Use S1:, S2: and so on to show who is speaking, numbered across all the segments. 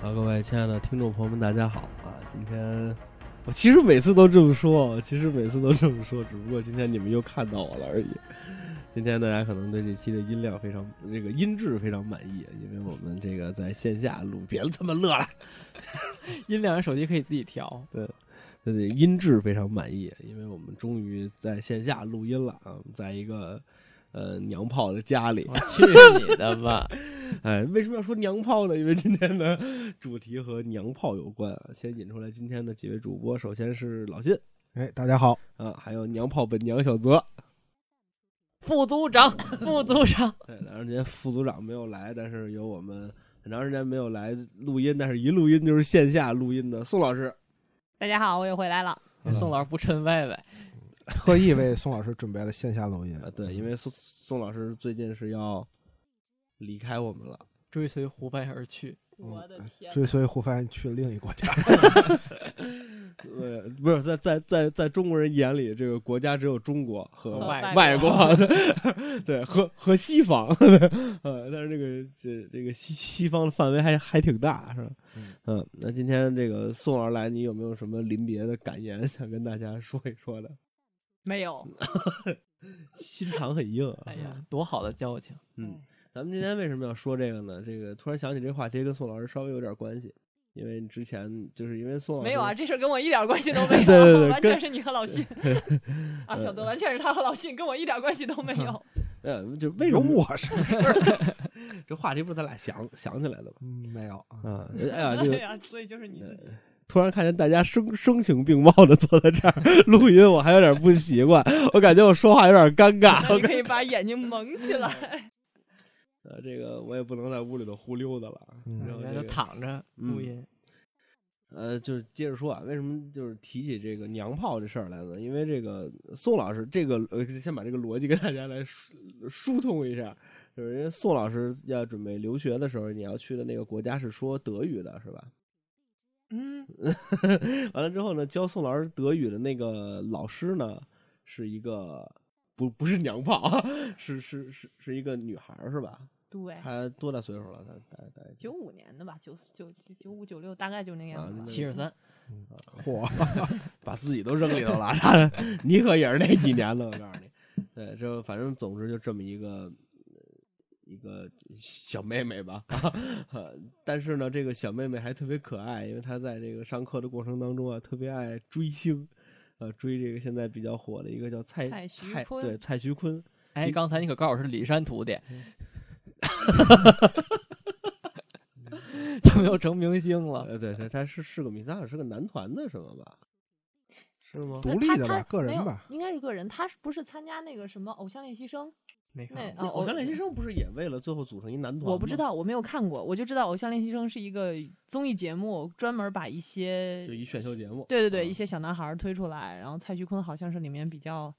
S1: 好，啊各位亲爱的听众朋友们，大家好啊！今天我其实每次都这么说，其实每次都这么说，只不过今天你们又看到我了而已。今天大家可能对这期的音量非常，这个音质非常满意，因为我们这个在线下录，别他妈乐了，
S2: 音量手机可以自己调。
S1: 对对，音质非常满意，因为我们终于在线下录音了啊，在一个呃娘炮的家里
S2: 我。去你的吧！
S1: 哎，为什么要说娘炮呢？因为今天的主题和娘炮有关啊。先引出来今天的几位主播，首先是老信
S3: 哎，大家好，
S1: 啊，还有娘炮本娘小泽。
S2: 副组长， 副组长，
S1: 对，当然今天副组长没有来，但是有我们很长时间没有来录音，但是一录音就是线下录音的宋老师。
S4: 大家好，我又回来了。
S3: 嗯
S2: 宋老师不趁外外，
S3: 特意为宋老师准备了线下录音
S1: 啊，对，因为宋宋老师最近是要离开我们了。
S2: 追随胡白而去。
S3: 嗯
S4: 我的天
S3: 追随胡帆去另一国家，
S1: 呃，不是在在在在中国人眼里，这个国家只有中国和
S2: 和
S4: 外
S1: 外
S4: 国
S1: 国， 对，和和西方，呃，但是这个这这个西西方的范围还还挺大，是吧？
S3: 嗯
S1: 嗯，那今天这个宋老师来，你有没有什么临别的感言想跟大家说一说的？
S4: 没有，
S1: 心肠很硬啊。
S4: 哎呀，
S2: 多好的交情！
S1: 嗯，咱们今天为什么要说这个呢？这个突然想起这话题跟宋老师稍微有点关系，因为之前就是因为宋老师
S4: 没有啊，，这事儿跟我一点关系都没有，
S1: 对对对
S4: 完全是你和老信啊，
S1: 呃
S4: 小泽完全是他和老信，跟我一点关系都没有。
S1: 没有，哎就 为什
S3: 有
S1: 么
S3: 我什么事儿？
S1: 这话题不是咱俩想想起来的吗？
S3: 嗯没有啊，
S1: 啊，哎 呀，这
S4: 对
S1: 个
S4: 呀，所以就是你自己。
S1: 突然看见大家声 声情并茂的坐在这儿录音，我还有点不习惯， 我感觉我说话有点尴尬。
S4: 那你可以把眼睛蒙起来。
S1: 呃，这个我也不能在屋里头胡溜达了，
S3: 嗯
S1: 然后
S2: 那
S1: 这
S2: 就
S1: 个
S2: 躺着录
S1: 嗯
S2: 音，
S1: 呃，就是接着说啊，为什么就是提起这个娘炮这事儿来呢？因为这个宋老师，这个呃，先把这个逻辑跟大家来疏呃疏通一下，就是因为宋老师要准备留学的时候，你要去的那个国家是说德语的，是吧？
S4: 嗯，
S1: 完了之后呢，教宋老师德语的那个老师呢，是一个不不是娘炮 啊，是是是是一个女孩儿是吧？
S4: 对，
S1: 她多大岁数了？她大概大概
S4: 九五年的吧，九九九五九六，大概就那
S1: 啊
S4: 样吧。
S2: 七十三，
S3: 嚯，
S1: 把自己都扔里头了。 她你可也是那几年的，我告诉你。对，就反正总之就这么一个一个小妹妹吧、 啊。但是呢，这个小妹妹还特别可爱，因为她在这个上课的过程当中啊，特别爱追星。呃，追这个现在比较火的一个叫蔡
S4: 蔡徐
S1: 蔡
S4: 坤
S1: 对蔡徐坤，
S2: 哎，刚才你可嗯告诉我是李山徒弟， 怎么又成明星了？
S1: 呃，对，他他是是个明星，他好像是个男团的什么吧？是吗？
S3: 独立的
S4: 他
S3: 吧，个人，吧
S4: 他，没有应该是个人。他是不是参加那个什么《偶像练习生》？
S2: 没
S4: 那
S2: 看过
S1: 那
S4: 啊，
S1: 偶像练习
S4: 生
S1: 生不是也为了最后组成一男团？
S4: 我不知，道，我没有看过，我就知道《偶像练习生》是一个综艺节目，专门把一些
S1: 就一选秀节目。
S4: 对对对，
S1: 嗯
S4: 一些小男孩儿推出来，然后蔡徐坤好像是里面比较，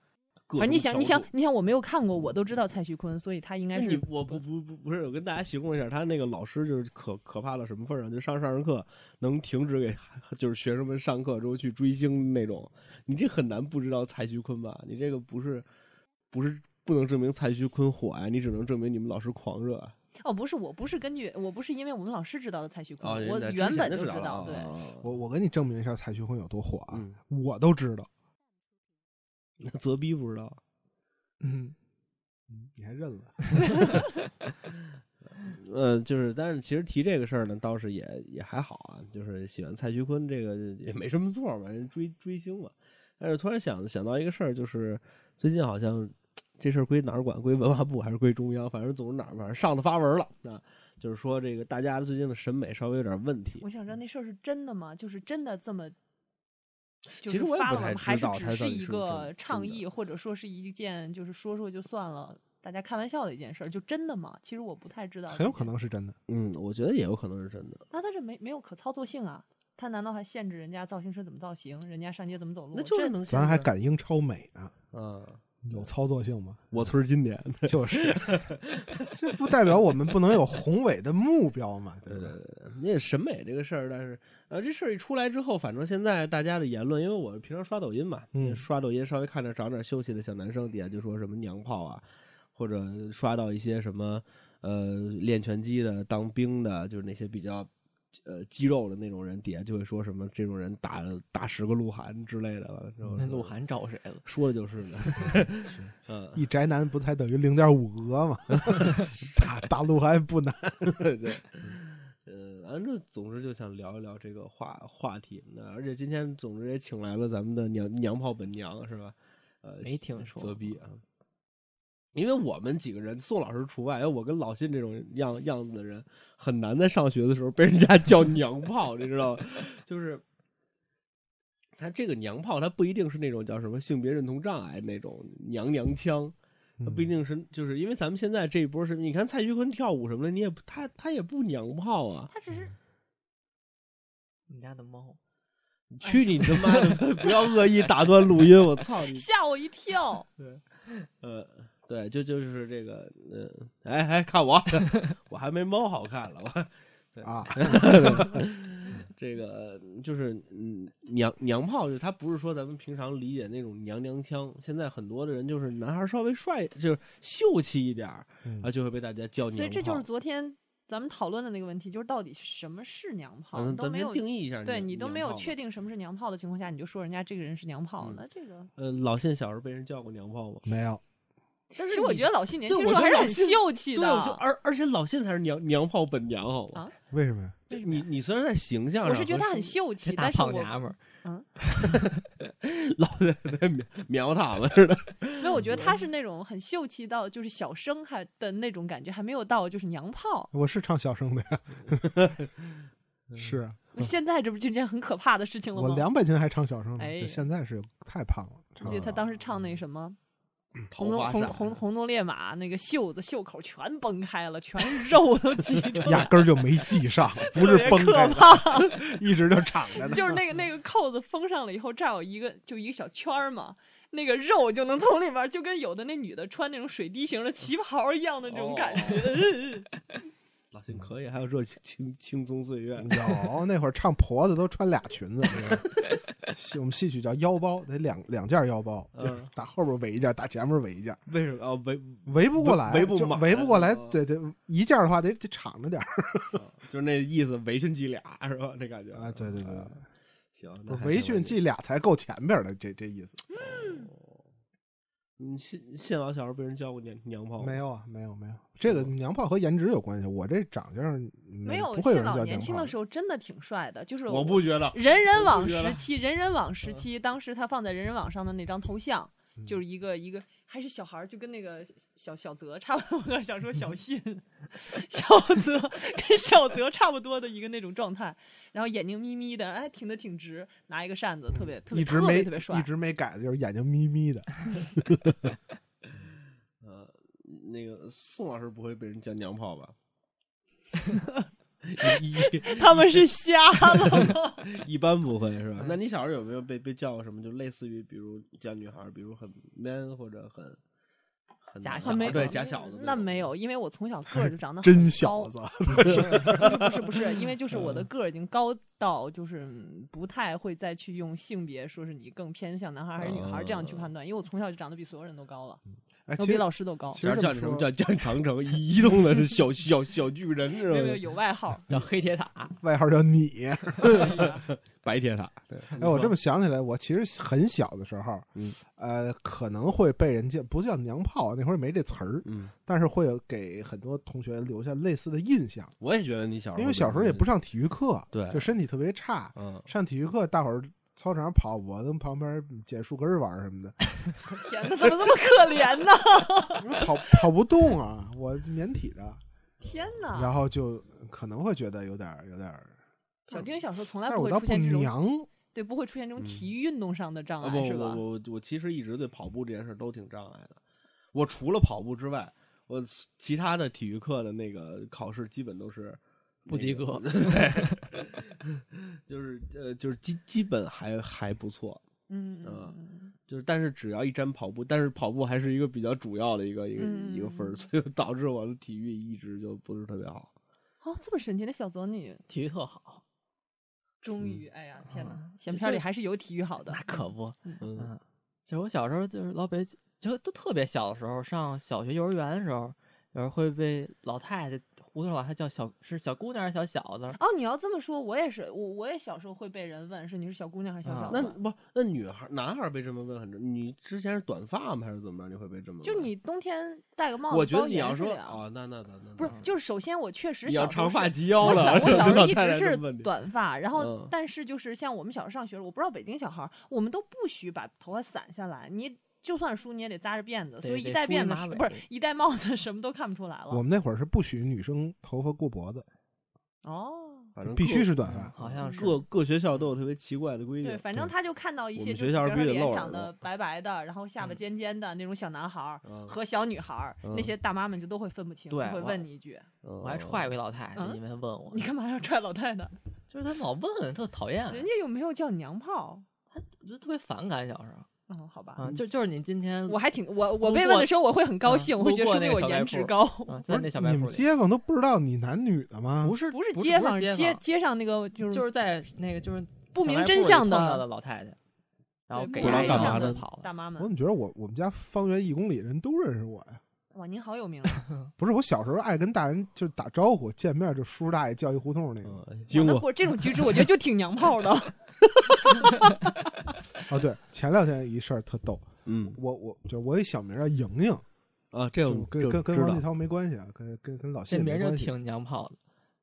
S1: 各
S4: 反正
S1: 种
S4: 你想你想
S1: 小组，
S4: 你想，我没有看过，我都知道蔡徐坤，所以他应
S1: 那
S4: 该
S1: 你
S4: 是
S1: 我不不不不是，我跟大家形容一下，他那个老师就是可可怕到什么份儿啊上，就上上着课能停止给 就是学生们上课之后去追星那种。你这很难不知道蔡徐坤吧？你这个不是不是不能证明蔡徐坤火呀，你只能证明你们老师狂热啊。
S4: 哦，不是，我不是根据，我不是因为我们老师知道的蔡徐坤，我
S1: 哦那之
S4: 原
S1: 前
S4: 本
S1: 就
S4: 就
S1: 知
S4: 知
S1: 道
S4: 道，
S1: 了
S4: 对，
S1: 啊啊啊
S3: 我我给你证明一下蔡徐坤有多火啊，
S1: 嗯，
S3: 我都知道，
S1: 那泽逼不知道。
S2: 嗯，
S3: 嗯你还认了，
S1: 呃，就是，但是其实提这个事儿呢，倒是也也还好啊，就是喜欢蔡徐坤这个也没什么错嘛，人追追星嘛。但是突然想想到一个事儿，就是最近好像这事儿归哪儿管？归文化部还是归中央？反正总是哪儿，反正上头发文了啊，就是说这个大家最近的审美稍微有点问题
S4: 我。想知道那事儿是真的吗？就是真的这么。就
S1: 其
S4: 是
S1: 实我也不
S4: 发了
S1: 太
S4: 吗还
S1: 知
S4: 是
S1: 道
S4: 只
S1: 它到
S4: 是
S1: 底
S4: 一
S1: 是不是真
S4: 个
S1: 的
S4: 倡议，或者说是一件就是说说就算了，大家开玩笑的一件事儿，就真的吗？其实我不太知道。
S3: 很有可。能是真的，
S1: 嗯，我觉得也有可能是真的。
S4: 那他这没没有可操作性啊？他难道还限制人家造型师怎么造型，人家上街怎么走路？
S1: 那就是
S4: 这
S1: 能
S3: 咱还敢英超美呢，
S1: 啊？
S3: 有操作性 吗？
S1: 我村儿今年
S3: 就是，这不代表我们不能有宏伟的目标嘛，
S1: 对
S3: 不
S1: 对
S3: 对？
S1: 对，那审美这个事儿，但是呃，这事儿一出来之后，反正现在大家的言论，因为我平常刷抖音嘛，
S3: 嗯
S1: 刷抖音稍微看着长点秀气的小男生，底下就说什么娘炮啊，或者刷到一些什么呃练拳击的、当兵的，就是那些比较呃肌肉的那种人，底下就会说什么这种人打打十个鹿晗之类的了。然后
S2: 那鹿晗找谁了？
S1: 说的 就是呢，嗯，
S3: 一宅男不才等于零点五俄吗？ 打打鹿晗不难，
S1: 对，呃，反正总之就想聊一聊这个话话题。那而且今天总之也请来了咱们的娘娘炮本娘是吧？呃，
S2: 没听说
S1: 泽逼啊，因为我们几个人，宋老师除外，因为我跟老信这种样样子的人，很难在上学的时候被人家叫娘炮，你知道吗？就是。他这个娘炮，他不一定是那种叫什么性别认同障碍那种娘娘腔，他
S2: 嗯
S1: 不一定是，就是因为咱们现在这一波是，你看蔡徐坤跳舞什么的，你也不他他也不娘炮啊，
S4: 他只是
S2: 你们家的猫，
S1: 去你他哎妈的！不要恶意打断录音，我操 你！
S4: 吓我一跳。
S1: 呃，对，就就是这个，嗯、呃，哎哎，看我， 我还没猫好看了，我
S3: 啊，
S1: 这个就是嗯娘娘炮，就是他不是说咱们平常理解那种娘娘腔，现在很多的人就是男孩稍微帅，就是秀气一点儿
S3: 嗯
S1: 啊，就会被大家叫娘炮。
S4: 所以这就是昨天咱们讨论的那个问题，就是到底什么是娘炮，
S1: 嗯
S4: 你都
S1: 咱
S4: 没
S1: 先
S4: 有
S1: 定义一下娘，
S4: 对你都没有
S1: 娘炮吧
S4: 确定什么是娘炮的情况下，你就说人家这个人是娘炮，
S1: 嗯
S4: 那这个
S1: 呃，老信小时候被人叫过娘炮吗？
S3: 没有，
S1: 但
S4: 其实我觉得老信年
S1: 对
S4: 轻
S1: 我
S4: 时候
S1: 觉
S4: 还
S1: 得
S4: 是
S1: 老
S4: 很
S1: 信
S4: 秀气
S1: 对，
S4: 的。
S1: 我就而而且老信才是娘娘炮本娘，好吗？
S4: 啊
S3: 为什么呀？
S1: 就你你虽然在形象上和，
S4: 我是觉得他很秀
S2: 这
S4: 气，
S2: 大
S4: 但是
S2: 胖
S4: 我
S2: 娘们儿，
S1: 老在在瞄瞄他们似的，
S4: 没有，我觉
S1: 嗯
S4: 得他是那种很秀气到就是小生还的那种感觉，还没有到就是娘 炮。
S3: 我是唱小生的 呀，是啊
S4: 现在这不就件很可怕的事情了
S3: 我
S4: 吗？
S3: 两百斤还唱小生
S4: 哎
S3: 呢，就现在是太胖了，
S4: 我
S3: 唱
S4: 记得
S3: 不
S4: 他
S3: 了
S4: 当时唱那什么
S1: 嗯桃
S4: 红
S1: 花
S4: 红
S1: 扇
S4: 红红鬃烈马，那个袖子袖口全崩开了，全 是肉都挤出
S3: 压
S4: 来，
S3: 根儿就没系上，不是
S4: 特别
S3: 绷开
S4: 可
S3: 的，
S4: 怕。
S3: 一直就敞着呢。
S4: 就是那个那个扣子封上了以后，这儿有一个就一个小圈儿嘛，那个肉就能从里面，就跟有的那女的穿那种水滴型的旗袍一样的这种感觉。
S3: 哦
S1: 老信可以，还有这青青青葱岁月，
S3: 有那会儿唱婆子都穿俩裙子，那个戏我们戏曲叫腰包，得两两件腰包，
S1: 嗯
S3: 就是打后边围一件，打前面围一件，
S1: 为什么啊？围
S3: 围不过来，
S1: 围不
S3: 就
S1: 满
S3: 围不过来
S1: 哦，
S3: 对对，一件的话得得敞着点儿
S1: 啊就是那意思，围裙系俩是吧？那感觉
S3: 啊，对对对，
S1: 啊
S3: 对
S1: 行，那还
S3: 围
S1: 没
S3: 裙
S1: 问题
S3: 系俩才够前边的，这这意思
S1: 嗯，信信老小时候被人叫过娘娘炮吗
S3: 没？有啊，没有没有，这个娘炮和颜值有关系，我这长相嗯
S4: 没有
S3: 不，会有人
S4: 信老
S3: 叫
S4: 年
S3: 娘
S4: 轻
S3: 炮
S4: 的时，候真的挺帅的，就是
S1: 我不觉得，
S4: 人人
S1: 我
S4: 网
S1: 不觉
S4: 时
S1: 得
S4: 期，人人网时期，当时他放在人人网上的那张头像，
S3: 嗯
S4: 就是一个一个还是小孩儿，就跟那个小小泽差不多，我想说小 信，小泽跟小泽差不多的一个那种状态，然后眼睛眯眯的，哎，挺得挺直，拿一个扇子，特别特
S3: 嗯
S4: 别
S3: 一直
S4: 特
S3: 没
S4: 别特别帅
S3: 一。直没改的就是眼睛眯眯 的，
S1: 呃，那个宋老师不会被人叫娘炮吧？一一
S4: 他们是瞎 了吗？
S1: 一般不会是吧
S2: 嗯？
S1: 那你小时候有没有被被叫过什么？就类似于比如叫女孩儿，比如很 man 或者很很
S2: 假
S3: 啊
S1: 男
S2: 小
S1: 孩
S2: 子。
S1: 儿对假小子
S4: 那
S1: 种
S4: 没有，因为我从小个儿就 长得
S3: 真
S4: 很
S3: 小
S4: 高
S3: 子， 嗯
S4: 不是不是，因为就是我的个儿已经高到就是嗯不太会再去用性别说是你更偏向男孩还是女孩这样去判断，因为我从小就长得比所有人都高了，
S3: 嗯哎，
S4: 我
S3: 其
S4: 比
S3: 实
S4: 老师都高，
S3: 其
S1: 小
S3: 实
S1: 时候叫你什么
S3: 这么说
S1: 叫叫你长城移移动的小小小巨人是
S4: 没有没有
S1: 吧？
S4: 有外号
S2: 叫黑铁塔，
S3: 外号叫 你。
S1: 白铁塔，对，
S3: 哎，我这么想起来，我其实很小的时候，
S1: 嗯
S3: 呃，可能会被人家不叫娘炮，啊那会儿没这词儿，
S1: 嗯，
S3: 但是会有给很多同学留下类似的印象。
S1: 我也觉得你小时候，
S3: 因为小时候也不，上体育课，
S1: 对
S3: 就身体特别差，
S1: 嗯，
S3: 上体育课大伙儿操场上跑，我跟旁边捡树根儿玩儿什么的，
S4: 天哪，怎么这么可怜呢？
S3: 因为跑跑不动啊，我免体的，
S4: 天
S3: 然
S4: 哪！
S3: 后就可能会觉得有点儿有点儿，
S4: 小丁小时候从来
S3: 但是
S4: 不
S3: 我
S4: 会
S3: 倒
S4: 出
S3: 不
S4: 现这种
S3: 娘，
S4: 对，不会出现这种
S1: 嗯
S4: 体育运动上的障
S1: 啊
S4: 碍
S1: 不
S4: 是
S1: 不
S4: 吧？
S1: 我我我其实一直对跑步这件事都挺障碍的，我除了跑步之外，我其他的体育课的那个考试基本都是
S2: 不及
S1: 那个
S2: 格
S1: 对，就是呃就是基基本还还不错，
S4: 嗯
S1: 嗯
S4: 嗯
S1: 就是但是只要一沾跑步，但是跑步还是一个比较主要的一个一个、一个分
S4: 嗯
S1: 儿，所以导致我的体育一直就不是特别好。
S4: 哦，这么神奇的小泽你
S2: 体育特好，
S1: 嗯
S4: 终于，哎呀，天
S1: 啊
S4: 哪！闲
S2: 就
S4: 篇里
S2: 就
S4: 还是有体育好的
S2: 那，可不，
S4: 啊
S1: 嗯，
S2: 嗯，其实我小时候就是老北，就都特别小的时候，上小学、幼儿园的时候，有时候会被老太太糊涂老还叫小是小姑娘还是小小子？
S4: 哦，你要这么说，我也是，我我也小时候会被人问是你是小姑娘还是小
S2: 啊
S4: 小
S1: 那
S4: 子。
S1: 不，那女孩男孩被这么问很正，你之前是短发吗？还是怎么着？你会被这么问？
S4: 就你冬天戴个帽子，
S1: 我觉得
S4: 包
S1: 你
S4: 严
S1: 要
S4: 实
S1: 说
S4: 点儿
S1: 啊，那那那那
S4: 不是
S1: 那，
S4: 就是首先我确实
S1: 你要
S4: 小时候
S1: 长发
S4: 是
S1: 及腰
S4: 我
S1: 了，
S4: 小我小时候一直
S1: 是吧老
S4: 是
S1: 太太这么问你
S4: 短发，然后
S1: 嗯
S4: 但是就是像我们小时候上学了，我不知道北京小孩儿，我们都不许把头发散下来，你就算梳你也得扎着辫子，
S2: 对
S4: 所以
S2: 得
S4: 一戴
S2: 梳一
S4: 辫子
S2: 马
S4: 是
S2: 尾
S4: 不是一戴帽子什么都看不出来
S3: 我
S4: 了。
S3: 们那会儿是不许女生头发过脖子，
S4: 哦，
S1: 反正
S3: 必须
S1: 各
S3: 是短发。
S2: 好像是
S1: 各各学校都有特别奇怪的规定
S4: 对，，反正
S3: 对
S4: 他就看到一
S1: 我
S4: 些
S1: 们
S4: 就
S1: 学
S4: 是
S1: 校
S4: 比
S1: 是
S4: 如
S1: 必
S4: 说
S1: 须得露
S4: 脸
S1: 耳
S4: 长得
S1: 朵
S4: 白白的，然后下巴
S2: 嗯
S4: 尖尖的那种小男孩儿
S1: 嗯
S4: 和小女孩儿，那
S1: 嗯
S4: 些大妈们就都会分不清，就
S2: 对
S4: 会
S2: 我
S4: 问你一句
S1: 我
S2: 我还踹过一老太太，
S4: 嗯
S2: 因为她问我
S4: 你，干嘛要踹老太太？
S2: 就是她老问，特讨厌，
S4: 人家又没有叫你娘炮。
S2: 我就特别反感小时候
S4: 嗯，好吧，
S2: 啊，就就是你今天
S4: 我还挺我我
S2: 路
S4: 被
S2: 过
S4: 问的时候我会很高兴，我会
S2: 路
S4: 觉得
S2: 过
S4: 说
S2: 那个
S4: 明我
S2: 小卖
S4: 颜值
S2: 部
S4: 高。
S2: 啊，在那
S3: 不是
S2: 小卖
S3: 你
S2: 部
S3: 们
S2: 里，
S3: 街坊都不知道你男女的吗？
S2: 不是
S4: 不是
S2: 不
S4: 街坊
S2: 不是
S4: 街
S2: 街
S4: 街上那个就是
S2: 就是在那个就是
S4: 不
S2: 小
S4: 明
S2: 卖部
S4: 真
S2: 里
S4: 相
S2: 碰
S4: 的
S2: 到的老太太，然后给
S4: 对不
S1: 知
S2: 她
S1: 道
S2: 一
S1: 干
S2: 下
S1: 嘛
S2: 子
S1: 的
S2: 跑了。
S4: 大妈
S3: 我怎
S4: 们。
S3: 么觉得我我们家方圆一公里人都认识我呀？
S4: 哇，您好有名啊！
S3: 不是，我小时候爱跟大人就是打招呼，见面就叔叔大爷叫一胡同那种。
S1: 嗯，
S4: 我
S1: 英国
S4: 我这种举止，我觉得就挺娘炮的。
S3: 哦，对，前两天一事儿特逗，
S1: 嗯
S3: 我我就我有一小名儿叫莹莹，
S1: 啊，这
S3: 就
S1: 我
S3: 跟
S1: 就
S3: 跟跟
S1: 知
S3: 王
S1: 道
S3: 继涛没关系啊，跟跟跟老谢
S2: 这名
S3: 没
S2: 儿就
S3: 关系。
S2: 挺娘炮的，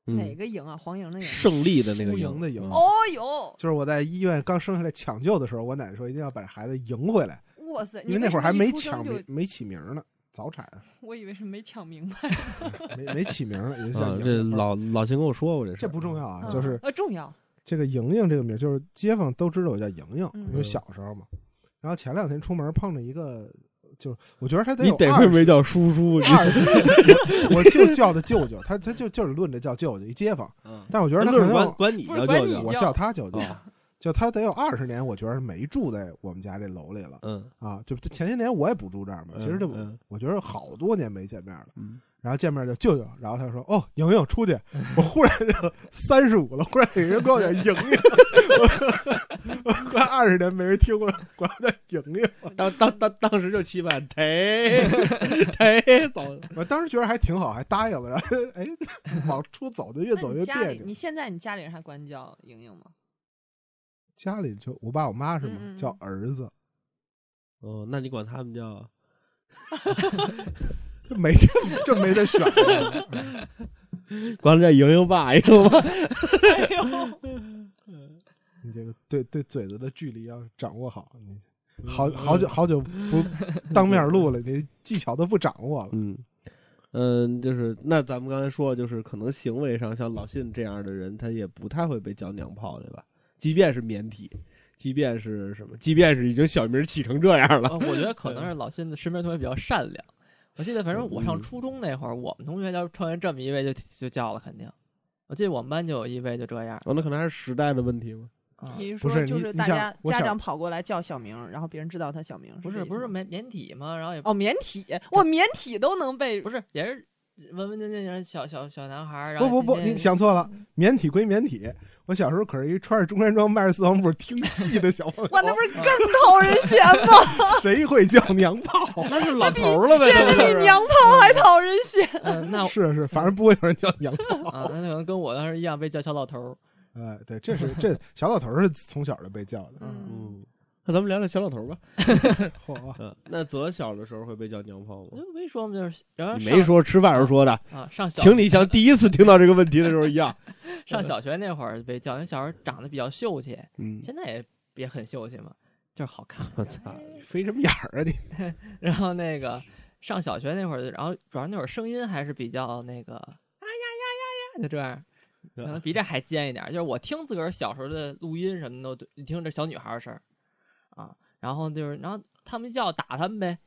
S1: 嗯
S4: 哪个赢啊？黄莹的赢。
S1: 胜利的那个
S3: 输赢的赢
S1: 嗯
S4: 哦呦，
S3: 就是我在医院刚生下来抢救的时候，我奶奶说一定要把孩子赢回来，
S4: 哇塞！
S3: 因
S4: 你
S3: 为那
S4: 什
S3: 会儿
S4: 么
S3: 还
S4: 一
S3: 没
S4: 出生
S3: 抢
S4: 就
S3: 名，没起名呢，早产，
S4: 我以为是没抢明白。
S3: 没没起名呢， 也就叫
S1: 啊，
S3: 莹
S1: 这
S3: 莹。
S1: 老老秦跟我说过这事，
S3: 这不重要啊，
S4: 嗯
S3: 就是
S4: 呃重要。
S3: 这个莹莹这个名儿，就是街坊都知道我叫莹莹，
S4: 嗯
S3: 因为小时候嘛。然后前两天出门碰着一个，就是我觉得他得
S1: 你
S3: 有
S1: 得亏
S3: 20
S1: 没叫叔叔，你
S3: 二十，我我就叫他舅舅，他他就就是论着叫舅舅一街坊，
S1: 嗯
S3: 但我觉得
S1: 那
S3: 他
S1: 不
S3: 可
S1: 是管
S3: 能
S1: 管你
S4: 不是
S1: 叫
S4: 管
S1: 舅
S4: 你
S1: 舅
S3: 我
S4: 叫
S3: 叫他舅舅
S1: 哦，
S3: 就他得有二十年，我觉得是没住在我们家这楼里了
S1: 嗯
S3: 啊，就前些年我也不住这儿嘛，其实就
S1: 嗯嗯
S3: 我觉得好多年没见面了。
S1: 嗯，
S3: 然后见面就舅舅，然后他说：“哦，莹莹出去。”我忽然就三十五了，忽然有人管我叫莹莹，我快二十年没人听过管我叫莹莹。
S1: 当当当当时就期盼，忒忒走，
S3: 我当时觉得还挺好，还答应了。然后哎，往出走就越
S4: 那
S3: 走
S4: 你
S3: 越
S4: 家
S3: 别
S4: 里，
S3: 扭。
S4: 你现在你家里人还管你叫莹莹吗？
S3: 家里就我爸我妈是吗？
S4: 嗯嗯嗯
S3: 叫儿子，
S1: 哦，那你管他们叫
S3: 这没这这没得 选。嗯
S1: 管他叫莹莹爸，莹莹妈，
S4: 哎呦，
S3: 你这个对对嘴子的距离要掌握好，你好
S1: 嗯
S3: 好久好久不当面录了，你技巧都不掌握了。
S1: 嗯。嗯，就是那咱们刚才说，就是可能行为上像老信这样的人，他也不太会被叫娘炮，对吧？即便是腼腆，即便是什么，即便是已经小名起成这样了，
S2: 啊，我觉得可能是老辛的身边同学比较善良。我记得，反正我上
S1: 嗯
S2: 初中那会儿，我们同学要碰见这么一位就就叫了，肯定。我记得我们班就有一位就这样
S1: 哦，那可能还是时代的问题吧。
S2: 啊，
S4: 你是
S3: 不
S4: 说
S3: 是
S4: 就
S3: 你
S4: 是
S3: 你
S4: 大
S3: 想
S4: 家
S3: 我
S4: 家
S3: 想
S4: 长跑过来叫小名儿，然后别人知道他小名儿，
S2: 不
S4: 是这
S2: 是
S4: 意
S2: 不
S4: 思
S2: 是
S4: 吗
S2: 免免体嘛，然后也
S4: 哦，免体，哇，免体都能被
S2: 不是也是文文静静的小小小男孩儿，然
S3: 不
S2: 后
S3: 不不，
S2: 天天
S3: 你想错了，免体归免体。我小时候可是一穿着中山装、迈着四方步听戏的小朋 友，
S4: 哇，那不是更讨人嫌
S3: 哦
S4: 吗？
S3: 谁会叫娘 炮？
S1: 那是老头儿了呗，
S4: 那
S1: 都
S4: 比
S1: 是
S4: 娘炮还讨人嫌。
S2: 嗯， 那
S3: 是是，反正不会有人叫娘炮。
S2: 啊，那可能跟我当时一样被叫小老头儿。
S3: 哎，对，这是这小老头儿是从小就被叫的。
S4: 嗯，
S1: 嗯，那咱们聊聊小老头儿吧。
S3: 嚯，
S1: 嗯，那泽小的时候会被叫娘炮
S2: 我
S1: 吗？
S2: 就没说嘛，就是然
S4: 嗯
S2: 后
S1: 你
S2: 上
S1: 没说，吃饭时候说的，
S2: 啊，上小
S1: 请你像第一次听到这个问题的时候一样。
S2: 上小学那会儿被叫，因为小时候长得比较秀气，
S1: 嗯，
S2: 现在也也很秀气嘛，就是好看。
S1: 我操，
S3: 飞什么眼儿啊你？
S2: 然后那个上小学那会儿，然后主要那会儿声音还是比较那个啊呀呀呀呀，就这样，可能比这还尖一点儿。就是我听自个儿小时候的录音什么的，我都你听这小女孩儿声儿啊，然后就是然后他们叫打他们呗，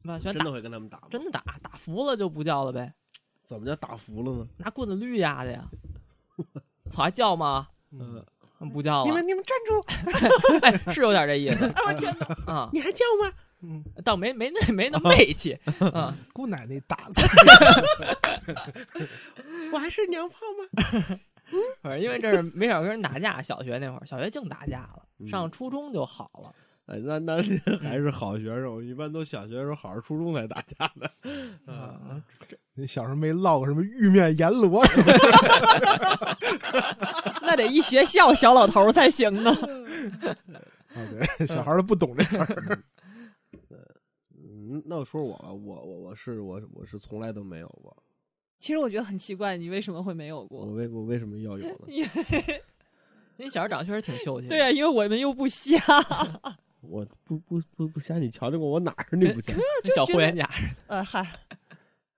S2: 是吧？全
S1: 真
S2: 打
S1: 的会跟他们打吗？
S2: 真的打打服了就不叫了呗，
S1: 怎么叫打服了呢？
S2: 拿棍子绿丫的 呀，操还叫吗？
S1: 嗯，
S2: 不叫
S3: 你
S2: 了
S3: 们，你们站住！
S2: 哎，是有点这意 思
S4: 哎我天哪，
S2: 啊，
S3: 你还叫吗？嗯，哦
S2: 倒没没那没那媚 气啊，
S3: 姑奶奶打死你！我还是娘炮吗？
S2: 反正因为这是没少跟人打架，小学那会儿，小学净打架了，
S1: 嗯
S2: 上初中就好了。
S1: 哎，那那
S4: 嗯
S1: 还是好学生，我一般都小学的时候好好初中才打架的。
S2: 啊，
S3: 你小时候没烙过什么玉面阎罗什么的？
S4: 那得一学校小老头儿才行呢。
S3: 啊，对，小孩儿都不懂这词儿。
S1: 嗯，那我说说我吧，我我我是我我是从来都没有过，
S4: 其实我觉得很奇怪，你为什么会没有
S1: 我
S4: 过？
S1: 为我为什么要有呢？
S4: 因为
S2: 因为小孩长得确实挺秀气的。
S4: 对啊，因为我们又不瞎，
S1: 我不不不不瞎，你瞧见过我哪儿你不瞎
S2: 跟小霍元甲似
S4: 呃，
S1: 嗯
S4: 嗨，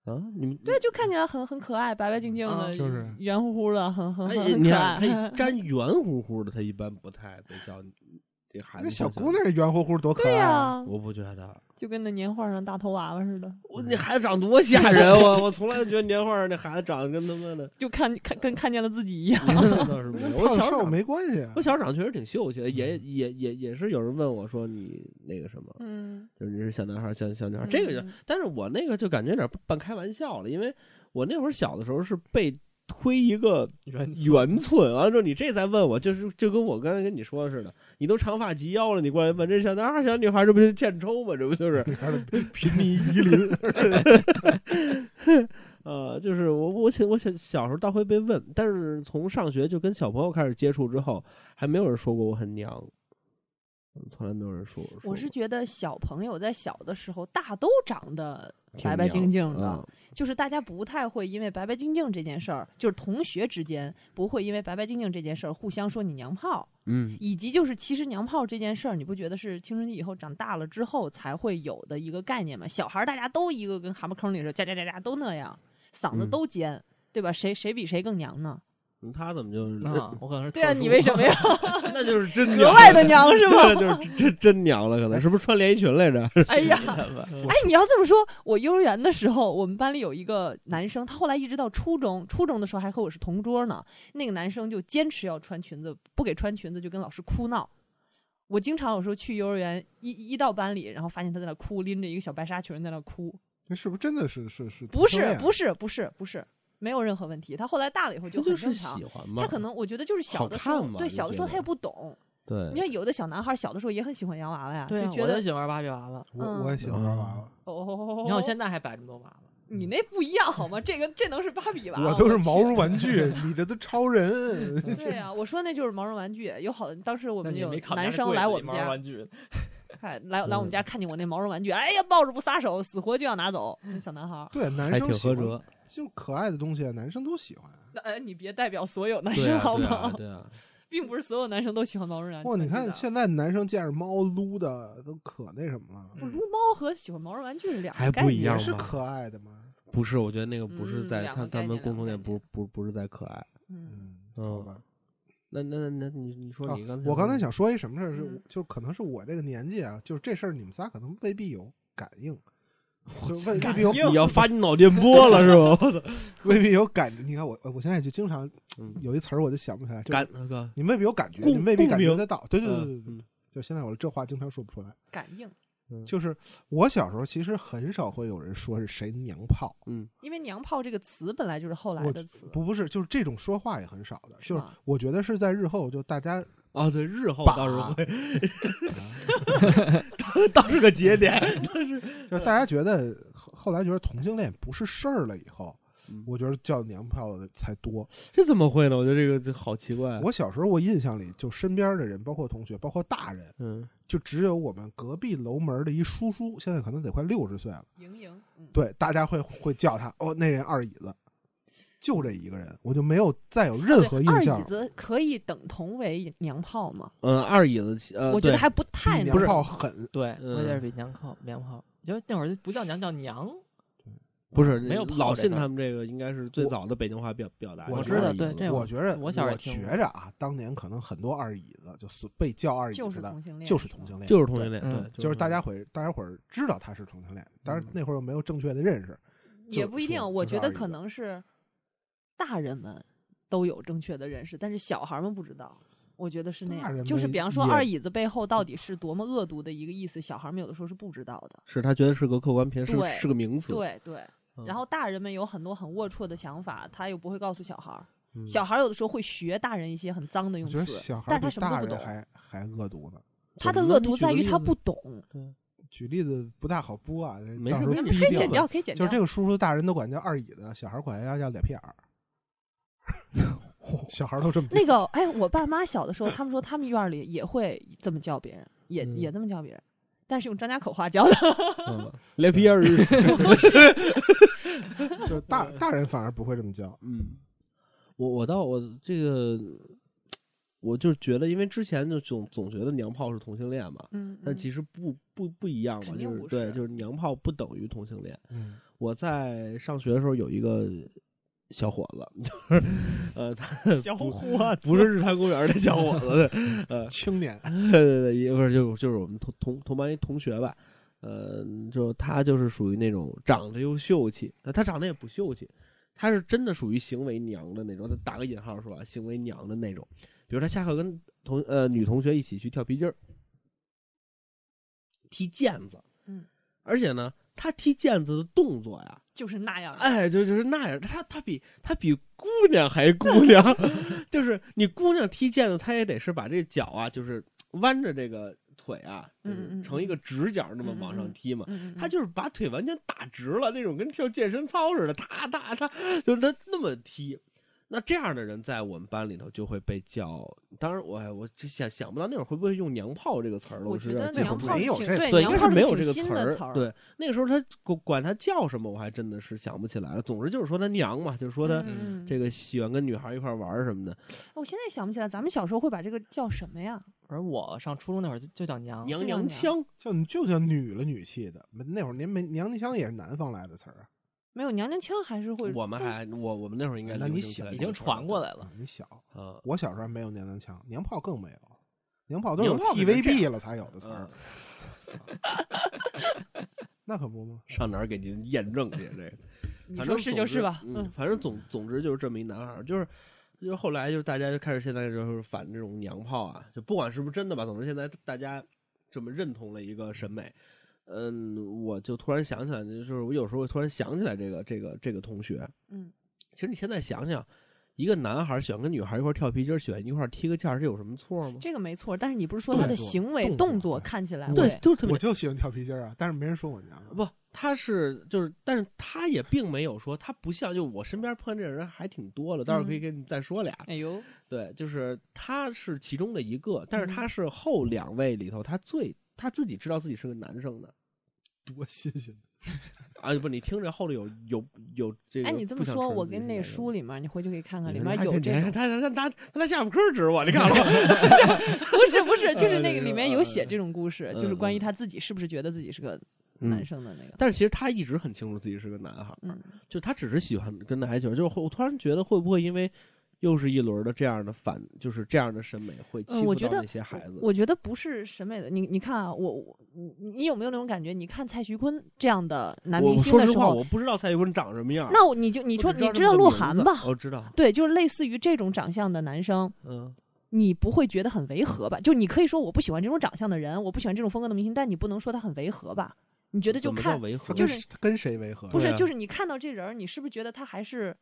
S1: 啊？你们
S4: 对，就看起来很很可爱，白白净净
S2: 啊
S4: 的，
S3: 就是
S4: 圆乎乎的，很很
S1: 哎哎
S4: 很很
S1: 你
S4: 可
S1: 看他
S4: 爱
S1: 一。粘圆乎乎的，他一般不太得叫你这孩
S3: 那
S1: 子。
S3: 小姑，娘圆乎乎多可
S4: 对
S3: 爱
S4: 呀、
S3: 啊！
S1: 我不觉得，嗯
S4: 就跟那年画上大头娃娃似的，，
S1: 我那孩子长多吓 人，我我从来觉得年画那孩子长得跟他妈 的
S4: 就看看跟看见了自己一样。
S1: 那倒是没有。我
S3: 胖
S1: 小时
S3: 瘦
S1: 候
S3: 没关系啊
S1: 我。小时候长得确实挺秀气的，也也也也是有人问我说你那个什么，
S4: 嗯，
S1: 就是你是小男孩儿、小小女孩儿，啊这个就
S4: 嗯，
S1: 但是我那个就感觉有点半开玩笑了，因为我那会儿小的时候是被推一个
S2: 的，
S1: 圆寸，完了之后你这才问我，就是就跟我刚才跟你说的似的，你都长发及腰了，你过来问这小男孩儿、小女孩儿，这不就欠抽吗？这不就是
S3: 女孩儿的贫民夷邻，
S1: 呃，就是我我小我小小时候倒会被问，但是从上学就跟小朋友开始接触之后，还没有人说过我很娘，嗯从来没有人说。说
S4: 我是
S1: 过
S4: 觉得小朋友在小的时候大都长得
S1: 挺
S4: 白白净净
S1: 娘
S4: 的，
S1: 啊
S4: 就是大家不太会因为白白净净这件事儿，就是同学之间不会因为白白净净这件事儿互相说你娘炮，
S1: 嗯，
S4: 以及就是其实娘炮这件事儿，你不觉得是青春期以后长大了之后才会有的一个概念吗？小孩儿大家都一个跟蛤蟆坑里似的，夹夹夹夹都那样，嗓子
S1: 嗯
S4: 都尖，对吧？谁谁比谁更娘呢？
S1: 嗯他怎么就是
S2: 啊，我可能是
S4: 对啊，
S2: 特 殊
S4: 你为什么要
S1: 那就是真
S4: 格外的 娘是吗？
S1: 对，就是真真娘了，可能是不 是穿连衣裙来着？
S4: 哎呀，哎，你要这么说，我幼儿园的时候，我们班里有一个男生，他后来一直到初中，初中的时候还和我是同桌呢。那个男生就坚持要穿裙子，不给穿裙子就跟老师哭闹。我经常有时候去幼儿园，一一到班里，然后发现他在那哭，拎着一个小白纱裙在那哭。
S3: 那是不是真的是是是？
S4: 不是，
S3: 是
S4: 不是，不是，不是，没有任何问题。他后来大了以后就
S1: 就
S4: 很
S1: 是
S4: 正常
S1: 喜。欢嘛。
S4: 他可能我觉得就是小
S1: 好
S4: 的时候
S1: 看，嘛
S4: 对
S1: 就
S4: 小的
S1: 觉
S4: 时候他
S1: 得
S4: 也不懂。你
S1: 对，
S4: 看有的小男孩小的时候也很喜欢洋娃娃呀，
S2: 对啊
S4: 就，觉
S2: 我
S4: 得
S2: 就喜欢玩芭比娃娃。
S3: 我
S4: 嗯
S3: 我也喜欢玩娃娃，
S4: 哦，
S2: 你看我现在还摆这么多娃娃，
S4: 你那不一样好吗？这个这能是芭比娃娃？
S3: 我都是
S4: 去
S3: 毛 绒。玩具，你这都超人。
S4: 对呀、我说那就是毛绒玩具。有好，当时我
S2: 那
S4: 们
S2: 你
S4: 有
S2: 没看
S4: 男生来我们
S2: 玩
S4: 家，
S2: 玩 具，
S4: 哎，来来
S3: 嗯
S4: 我们家看见我那毛绒玩具，哎呀，抱着不撒手，死活就要拿走。那小男孩 儿，
S3: 对，男
S1: 还
S3: 生
S1: 挺
S3: 喜
S1: 合
S3: 欢，
S1: 辙，
S3: 就是可爱的东西，男生都喜欢。
S4: 哎，你别代表所有男
S1: 对
S4: 生
S1: 啊，
S4: 好
S1: 对
S4: 吗？
S1: 啊，对啊，
S4: 并不是所有男生都喜欢毛绒玩具。
S3: 哇，你看
S4: 的
S3: 现在男生见着猫撸的都可那什么
S2: 嗯
S3: 了，
S4: 不撸猫和喜欢毛绒玩具是两个
S1: 还
S4: 概
S1: 不
S4: 念
S1: 一样
S3: 也是
S1: 吗
S3: 可爱的嘛。
S1: 不是，我觉得那个不是
S4: 嗯
S1: 在
S4: 两
S1: 他
S4: 个概
S1: 他们
S4: 念
S1: 共同
S4: 两
S1: 点
S4: 个
S1: 不不不是在可爱。
S4: 嗯，
S3: 嗯，好
S1: 嗯
S3: 吧。
S1: 那那那那你你说
S3: 啊
S1: 你刚才
S3: 我刚
S1: 说
S3: 才想说一什么事儿，是
S4: 嗯
S3: 就可能是我这个年纪啊，就是这事儿你们仨可能未必有感应，就是未未
S4: 感
S3: 必有
S4: 应
S1: 你要发你脑电波了是吧？ 我操，
S3: 未必有感。你看我我现在就经常
S1: 嗯
S3: 有一词儿我就想不起来，就是
S1: 干那个
S3: 你未必有感觉，
S1: 共
S3: 你未必感
S1: 共
S3: 觉
S1: 鸣
S3: 得到。对对对对对，
S1: 嗯
S3: 就现在我这话经常说不出来。
S4: 感应，
S3: 就是我小时候其实很少会有人说是谁娘炮，
S4: 因为“娘炮”这个词本来就是后来
S3: 我
S4: 的词，
S3: 不不是，就是这种说话也很少的。
S4: 是
S3: 就是
S4: 吗
S3: 我觉得是在日后就大家
S1: 啊，对，日后
S3: 把
S1: 倒是 会，倒是个节点， 但是
S4: 嗯
S3: 就是大家觉得后后来觉得同性恋不是事儿了以后
S1: 嗯，
S3: 我觉得叫娘炮的才多。
S1: 这怎么会呢？我觉得这个这好奇怪。
S3: 我小时候我印象里，就身边的人，包括同学，包括大人，
S1: 嗯，
S3: 就只有我们隔壁楼门的一叔叔，现在可能得快六十岁了。
S4: 莹莹，嗯，
S3: 对，大家会会叫他哦，那人二椅子，就这一个人，我就没有再有任何印象
S4: 哦二椅
S3: 了。
S4: 子可以等同为娘炮吗？
S1: 嗯，二椅子其呃，
S4: 我觉得
S1: 对
S4: 还不太
S3: 比
S4: 能
S3: 娘炮狠，
S2: 对
S1: 嗯
S2: 我也是比娘炮娘炮，因为那会儿就不叫娘叫娘，
S1: 不是
S2: 没有炮
S1: 老
S2: 这
S1: 信
S2: 事儿
S1: 他们这个应该是最
S3: 我
S1: 早的北京话表表达。
S3: 我
S1: 是
S3: 知道
S1: 二椅
S2: 对
S1: 子
S2: 这
S3: 我觉着
S2: 我小时候也听
S3: 觉
S2: 过
S3: 着啊，当年可能很多二椅子就是被叫二椅
S4: 就
S3: 子
S4: 是
S3: 的
S4: 同，性恋，
S3: 就是同性恋，
S1: 就是同性恋，
S2: 嗯
S1: 对，
S3: 对，就是大家
S1: 同
S3: 会大家伙儿知道他是同性恋，但是那会儿又没有正确的认识，
S4: 嗯也
S3: 就
S4: 不一定，
S3: 说
S4: 我
S3: 就
S4: 觉
S3: 是
S4: 得
S3: 二椅
S4: 可
S3: 子
S4: 能是大人们都有正确的认识，但是小孩们不知道。我觉得是那
S3: 大人
S4: 样，就是
S3: 们
S4: 比方说
S3: 也嗯
S4: 二椅子背后到底是多么恶毒的一个意思，小孩们有的时候是不知道的。
S1: 性是他觉得是个客观评，是
S4: 对
S1: 是个名词。
S4: 对对，
S1: 嗯，
S4: 然后大人们有很多很龌龊的想法，他又不会告诉小孩儿。
S1: 嗯
S4: 小孩儿有的时候会学大人一些很脏的
S3: 我
S4: 用
S3: 觉得
S4: 词，
S3: 小孩
S4: 但
S3: 儿
S4: 是他
S3: 比
S4: 什么
S3: 大
S4: 都不
S3: 人
S4: 懂。
S3: 还还恶毒呢。
S4: 他
S1: 怎么
S4: 的
S1: 了
S4: 恶
S1: 你
S4: 毒
S1: 举个
S4: 在于
S1: 例
S4: 他
S1: 子
S4: 不懂。
S3: 举例子不大好播啊，
S1: 没
S3: 到
S1: 事
S3: 时候
S1: 没事
S3: 逼
S1: 你
S4: 可以
S1: 定
S4: 剪
S1: 了
S4: 掉，可以剪
S3: 就
S4: 掉。
S3: 是这个叔叔大人都管叫二椅子，小孩管他叫脸皮 眼儿。小孩都这么叫
S4: 那个，哎，我爸妈小的时候，他们说他们院儿里也会这么叫别人，也、
S1: 嗯
S4: 也这么叫别人，但是用张家口话叫的。
S1: 嗯，脸皮儿，
S3: 就是大大人反而不会这么叫。
S1: 嗯，我我倒我这个，我就是觉得，因为之前就总总觉得娘炮是同性恋嘛，
S4: 嗯，
S1: 但其
S4: 实
S1: 实不不不一样嘛，就
S4: 肯定
S1: 是
S4: 不
S1: 对，
S4: 是
S1: 就是娘炮不等于同性恋。
S3: 嗯，
S1: 我在上学的时候有一个小伙子，就是呃，他
S4: 小
S1: 不
S4: 伙
S1: 不是日坛公园的小伙子，
S3: 呃青年
S1: 对对对，也不是就是就是我们同同同班一同学吧，呃，就他就是属于那种长得又秀气，呃他长得也不秀气，他是真的属于行为娘的那种，他打个引号说啊，行为娘的那种。比如他下课跟同呃女同学一起去跳皮筋儿，踢毽子，
S4: 嗯，
S1: 而且呢，他踢毽子的动作呀，
S4: 就是那 样。
S1: 哎，就就是那样，他他比他比姑娘还姑 娘，就是你姑娘踢毽子，她也得是把这脚啊，就是弯着这个腿啊，就
S4: 嗯嗯
S1: 是
S4: 嗯
S1: 成一个直角那么往
S4: 嗯嗯
S1: 上
S4: 嗯
S1: 踢嘛。
S4: 嗯嗯，
S1: 她就是把腿完全打直了，那种跟跳健身操似的，哒哒哒，就是她那么踢。那这样的人在我们班里头就会被叫，当然我我就想想不到那会儿会不会用“娘炮”这个词儿了，
S4: 我
S1: 是
S4: 觉
S1: 有
S4: 得
S1: 点记
S3: 那会
S1: 不住
S3: 儿
S4: 娘炮
S3: 没有
S4: 挺
S3: 这
S4: 对
S1: 对，应
S4: 娘
S1: 该
S4: 炮
S1: 是没有
S4: 挺
S1: 这个
S4: 新
S1: 词
S4: 的
S1: 儿
S4: 词儿。，
S1: 对，那个时候他管管他叫什么，我还真的是想不起来了。总之就是说他娘嘛，就是说他
S4: 嗯嗯嗯
S1: 这个喜欢跟女孩一块玩儿什么的，
S4: 哦我现在想不起来，咱们小时候会把这个叫什么呀？
S2: 反正我上初中那会儿就就叫娘，
S1: 娘
S4: 哦这样
S1: 娘
S4: 娘
S1: 腔。
S3: 就你就叫女了女气的。那会儿您没娘娘腔也是南方来的词儿啊，
S4: 没有娘娘腔还是会
S1: 我们还我我们那会儿应该
S3: 那
S1: 流
S3: 你
S1: 行起
S3: 小
S1: 来
S2: 已
S1: 这
S2: 经
S1: 个词儿
S2: 传过来了
S3: 啊。你小，
S1: 啊。
S3: 我小时候还没有娘娘腔，娘炮更没有，娘炮都是有
S1: 娘炮可是这
S3: TVB
S1: 样
S3: 了才有的词儿
S1: 嗯，
S3: 那可不吗？
S1: 上哪儿给您验证去？这个，
S4: 你
S1: 反
S4: 说
S1: 正
S4: 是
S1: 总
S4: 就
S1: 之
S4: 是吧，
S1: 嗯，反正总总之就是这么一男孩儿，就是就是后来就是大家就开始现在就是反这种娘炮啊，就不管是不是真的吧，总之现在大家这么认同了一个审美。嗯，我就突然想起来，就是我有时候会突然想起来这个这个这个同学。
S4: 嗯，
S1: 其实你现在想想，一个男孩儿喜欢跟女孩儿一块儿跳皮筋儿，喜欢一块儿踢个毽儿，这有什么错吗？
S4: 这个没错，但是你不是说他的
S3: 动作
S4: 行为
S3: 动作
S4: 动作
S3: 对
S4: 看起来
S1: 对
S4: 会，
S1: 就是特别
S3: 我就喜欢跳皮筋儿啊，但是没人说我娘。
S1: 不，他是就是，但是他也并没有说他不像，就我身边碰见这人还挺多的，到时候可以
S4: 嗯
S1: 跟你再说俩。
S4: 哎呦，
S1: 对，就是他是其中的一个，但是
S4: 嗯
S1: 他是后两位里头，他最他自己知道自己是个男生的
S3: 多新鲜！
S1: 啊！不，你听着后头有有有这个。
S4: 哎，你这么说，我跟那书
S1: 里
S4: 里面，你回去可以看看，里
S1: 里
S4: 面有这
S1: 哎他
S4: 种，嗯
S1: 他他他他拿下巴颏指我，你看了？
S4: 不是不是，就是那个里面有写这种故事，
S1: 嗯
S4: 就是关于
S1: 嗯
S4: 他自己是不是觉得自己是个男生的那个，
S1: 但是其实他一直很清楚自己是个男孩儿，
S4: 嗯
S1: 就他只是喜欢跟男孩球。就是会我突然觉得会不会因为又是一轮的这样的反，就是这样的审美会欺
S4: 嗯
S1: 负
S4: 我觉
S1: 到
S4: 得
S1: 那些孩子？
S4: 我觉得不是审美的，你你看啊，我我你你有没有那种感觉？你看蔡徐坤这样的男
S1: 我
S4: 明星
S1: 说
S4: 的
S1: 实
S4: 时
S1: 话，
S4: 候，
S1: 我不知道蔡徐坤长什么样儿。
S4: 那我你就你
S1: 我
S4: 说
S1: 只
S4: 你
S1: 这
S4: 知
S1: 么
S4: 道
S1: 个
S4: 鹿
S1: 名
S4: 晗
S1: 字嗯
S4: 吧？
S1: 我知道，
S4: 对，就是类似于这种长相的男生，
S1: 嗯，
S4: 你不会觉得很违和吧？就你可以说我不喜欢这种长相的人，我不喜欢这种风格的明星，但你不能说他很违和吧？你觉得就
S1: 怎么
S4: 看
S1: 叫违
S3: 他
S1: 和，
S3: 跟
S4: 就是
S3: 他跟谁违和？
S4: 不
S1: 对
S4: 是
S1: 啊
S4: 就是你看到这人儿，你是不是觉得他还是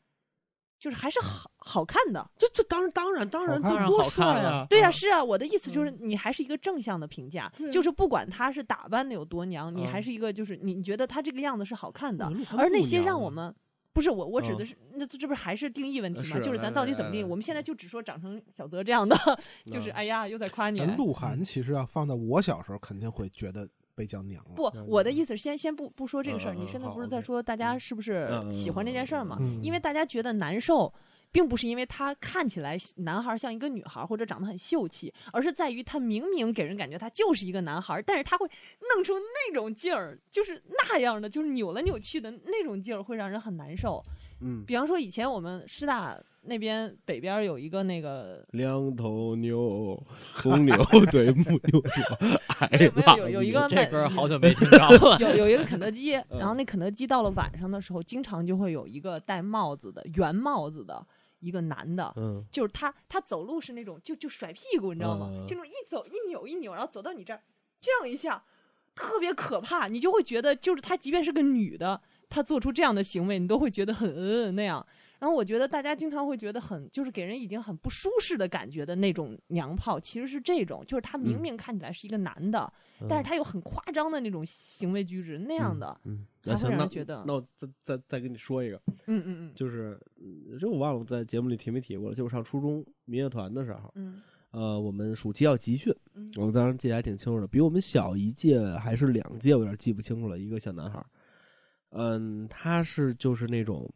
S4: 就是还是好好看的？
S1: 这这当然当然当然
S3: 好看
S1: 这
S2: 当然
S1: 多
S2: 好
S1: 帅
S2: 看
S1: 啊
S2: 了！
S4: 对呀、
S2: 嗯
S4: 是啊，我的意思就是你还是一个正向的评价，
S1: 嗯对啊
S4: 就是不管他是打扮的有多娘，你
S1: 嗯
S4: 还是一个就是你你觉得他这个样子是好看的
S1: 我觉得鹿晗，
S4: 而那
S1: 不
S4: 些
S1: 娘
S4: 让
S1: 啊
S4: 我们。不是我，我指
S1: 嗯
S4: 的是、那这这不是还是定义问题吗？
S1: 是哎
S4: 就是
S1: 来
S4: 咱到底
S1: 来
S4: 怎么定义？
S1: 来
S4: 我们现在就只说长成小泽这样的， 就是
S1: 嗯
S4: 哎呀又在夸你。
S3: 咱鹿晗其实要放到我小时候，肯定会觉得被叫娘了。
S4: 不
S1: 嗯，
S4: 我的意思是先先不不说这个事儿，
S1: 嗯嗯
S4: 你
S1: 嗯
S4: 现在
S1: 好
S4: 不是
S1: ，OK
S4: 在说大家是不是
S1: 嗯嗯嗯
S4: 喜欢这件事儿嘛？
S3: 嗯嗯
S4: 因为大家觉得难受，并不是因为他看起来男孩儿像一个女孩儿或者长得很秀气，而是在于他明明给人感觉他就是一个男孩儿，但是他会弄出那种劲儿，就是那样的，就是扭来扭去的那种劲儿，会让人很难受。
S1: 嗯，
S4: 比方说以前我们师大那边北边儿有一个那个
S1: 两头 牛，公牛对母牛 说，
S4: 没
S1: 哎
S4: 有没
S1: 吧，
S4: 有有有一个
S2: 这
S4: 卖。
S2: 歌儿好久没听着了
S4: 有有一个肯德基，
S1: 嗯
S4: 然后那肯德基到了晚上的时候，经常就会有一个戴帽子的圆帽子的一个男的，
S1: 嗯，
S4: 就是他他走路是那种就就甩屁股，你知道吗？
S1: 嗯
S4: 就那种一走一扭一扭，然后走到你这儿，这样一下，特别可怕，你就会觉得就是他即便是个女的，她做出这样的行为，你都会觉得很嗯嗯那样。然后我觉得大家经常会觉得很，就是给人已经很不舒适的感觉的那种娘炮，其实是这种，就是他明
S1: 嗯
S4: 明看起来是一个男的，但是他有很夸张的那种行为举止，那样的，
S1: 嗯，
S4: 才
S1: 那
S4: 会
S1: 行，
S4: 让
S1: 那
S4: 人觉得
S1: 那我再再再跟你说一个，
S4: 嗯嗯嗯
S1: 就是嗯这我忘了在节目里提没提过了，就我上初中民乐团的时候，
S4: 嗯
S1: 呃，我们暑期要集训，
S4: 嗯
S1: 我当时记得还挺清楚的，比我们小一届还是两届，我有点记不清楚了。一个小男孩儿，嗯，他是就是那种，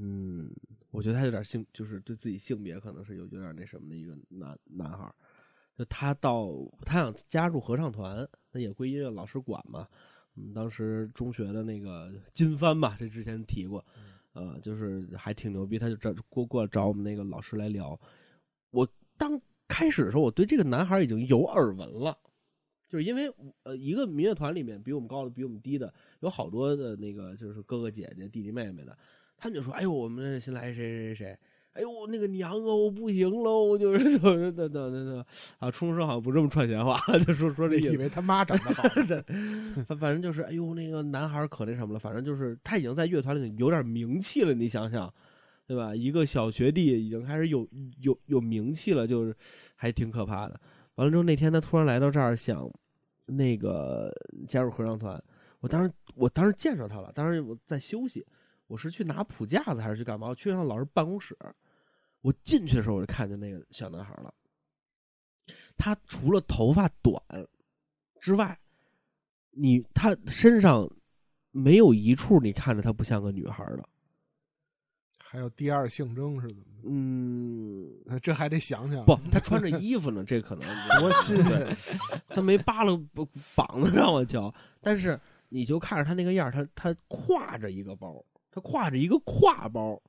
S1: 嗯，我觉得他有点性，就是对自己性别可能是有有点那什么的一个男男孩儿。就他到他想加入合唱团，那也归音乐老师管嘛。嗯，当时中学的那个金帆吧，这之前提过，呃，就是还挺牛逼，他就找过过来找我们那个老师来聊。我当开始的时候，我对这个男孩已经有耳闻了，就是因为呃，一个民乐团里面比我们高的、比我们低的，有好多的那个就是哥哥姐姐、弟弟妹妹的，他们就说：“哎呦，我们这新来谁谁谁。”哎呦，那个娘啊，我不行喽，就是 怎么怎么怎么啊！初中生好像不这么串闲话， 就说说这意思
S3: 以。为他妈长得好，
S1: 对，反反正就是，哎呦，那个男孩儿可那什么了，反正就是他已经在乐团里有点名气了，你想想，对吧？一个小学弟已经开始有有有名气了，就是还挺可怕的。完了之后那天他突然来到这儿，想那个加入合唱团，我当时我当时见着他了，当时我在休息，我是去拿谱架子还是去干嘛？我去上老师办公室，我进去的时候我就看见那个小男孩了。他除了头发短之外，你他身上没有一处你看着他不像个女孩儿的。
S3: 还有第二性征是怎么
S1: 嗯，
S3: 的？这还得想想，
S1: 不，他穿着衣服呢，这可能
S3: 多新鲜！
S1: 他没扒拉膀子让我瞧，但是你就看着他那个样儿，他他挎着一个包，他挎着一个挎包，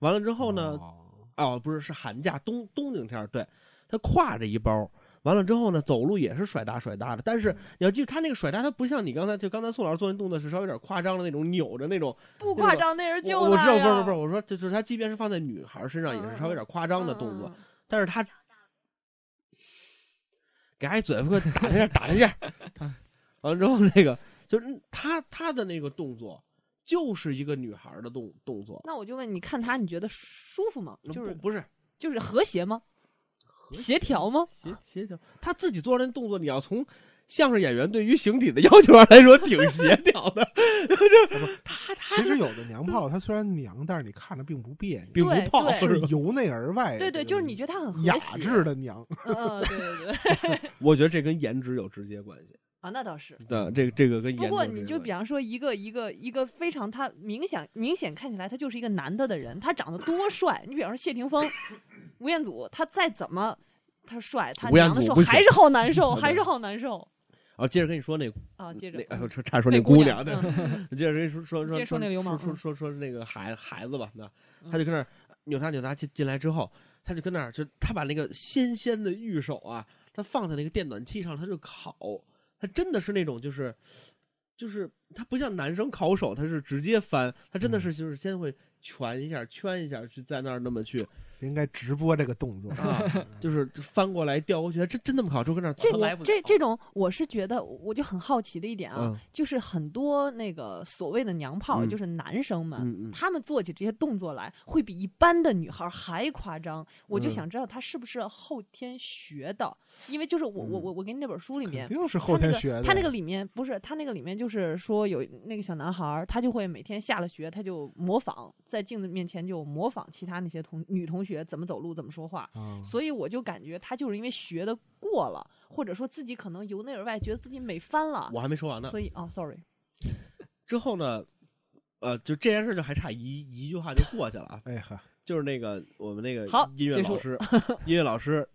S1: 完了之后呢，
S3: 哦
S1: 哦，不是，是寒假冬冬景天儿，对，他挎着一包，完了之后呢，走路也是甩搭甩搭的，但是你要记住，他那个甩搭，他不像你刚才就刚才宋老师做那动作是稍微有点夸张的那种扭着那种，
S4: 不
S1: 夸
S4: 夸
S1: 张
S4: 张，那人
S1: 我
S4: 就
S1: 我知道，不是不是不是，我说就是他，即便是放在女孩身上也
S4: 嗯
S1: 是稍微有点夸张的动作，但是他给他一嘴巴给我打他一下， 打他一下，他完了之后那个就是他他的那个动作就是一个女孩的动动作，
S4: 那我就问，你看他，你觉得舒服吗？就是
S1: 嗯不不是
S4: 就是和谐吗？协调吗？
S1: 协协调，他自己做那动作，你要从相声演员对于形体的要求上来说，挺协调 的，就是他他
S3: 其实有的娘炮，他虽然娘，但是你看着并不别扭，
S1: 并不
S4: 对
S1: 胖，
S4: 对
S1: 是
S3: 是
S1: 吧
S3: 由内而外的这
S4: 对
S3: 种。
S4: 对，就是你觉得他很和
S3: 雅
S4: 谐，
S3: 致的娘，
S4: 嗯嗯，对对 对，
S1: 我觉得这跟颜值有直接关系。
S4: 啊，那倒是。
S1: 对，这个这个跟颜值
S4: 不
S1: 有
S4: 过
S1: 直接
S4: 你就
S1: 关
S4: 比方说一个一个一个非常他明显明显看起来他就是一个男的的人，他长得多帅，你比方说谢霆锋、吴彦祖，他再怎么他帅，他
S1: 吴彦
S4: 娘的
S1: 祖
S4: 时候
S1: 不行
S4: 还是 好难受，
S1: 对
S4: 还是好难受
S1: 系啊，接着跟你说那
S4: 啊。接着
S1: 那，哎呦，差 差说
S4: 那
S1: 那
S4: 姑
S1: 姑
S4: 娘嗯
S1: 娘，对，接着跟你说说
S4: 接
S1: 说
S4: 着说那个流氓
S1: 说
S4: 嗯
S1: 说说那个孩孩子吧，那
S4: 嗯
S1: 他就跟那儿扭他扭他进进来之后，他就跟那儿就他把那个纤纤的玉手啊，他放在那个电暖器上，他就烤，他真的是那种就是就是他不像男生烤手，他是直接翻，他真的是就是先会蜷一下圈一下，就在那儿那么去
S3: 应该直播这个动作。
S1: 啊，就是翻过来调过去，他真真那么烤，就跟那儿
S4: 这
S2: 他来不
S4: 我啊嗯这
S2: 了
S4: 这种，我是觉得，我就很好奇的一点啊，
S1: 嗯
S4: 就是很多那个所谓的娘炮，
S1: 嗯
S4: 就是男生们，
S1: 嗯嗯
S4: 他们做起这些动作来，会比一般的女孩还夸张。我就
S1: 嗯
S4: 想知道他是不是后天学的，因为就是我我我我给你那本书里面
S3: 肯。定是后天学的。
S4: 他那个他那个里面不是他那个里面就是说有那个小男孩儿，他就会每天下了学，他就模仿在镜子面前就模仿其他那些同女同学怎么走路怎么说话，
S3: 啊，，
S4: 所以我就感觉他就是因为学的过了，或者说自己可能由内而外觉得自己美翻了，
S1: 我还没说完呢，
S4: 所以哦，sorry，
S1: 之后呢，呃，就这件事就还差一一句话就过去了啊
S3: 哎哈，
S1: 就是那个我们那个
S4: 好
S1: 音乐
S4: 结束
S1: 老 师，音乐老师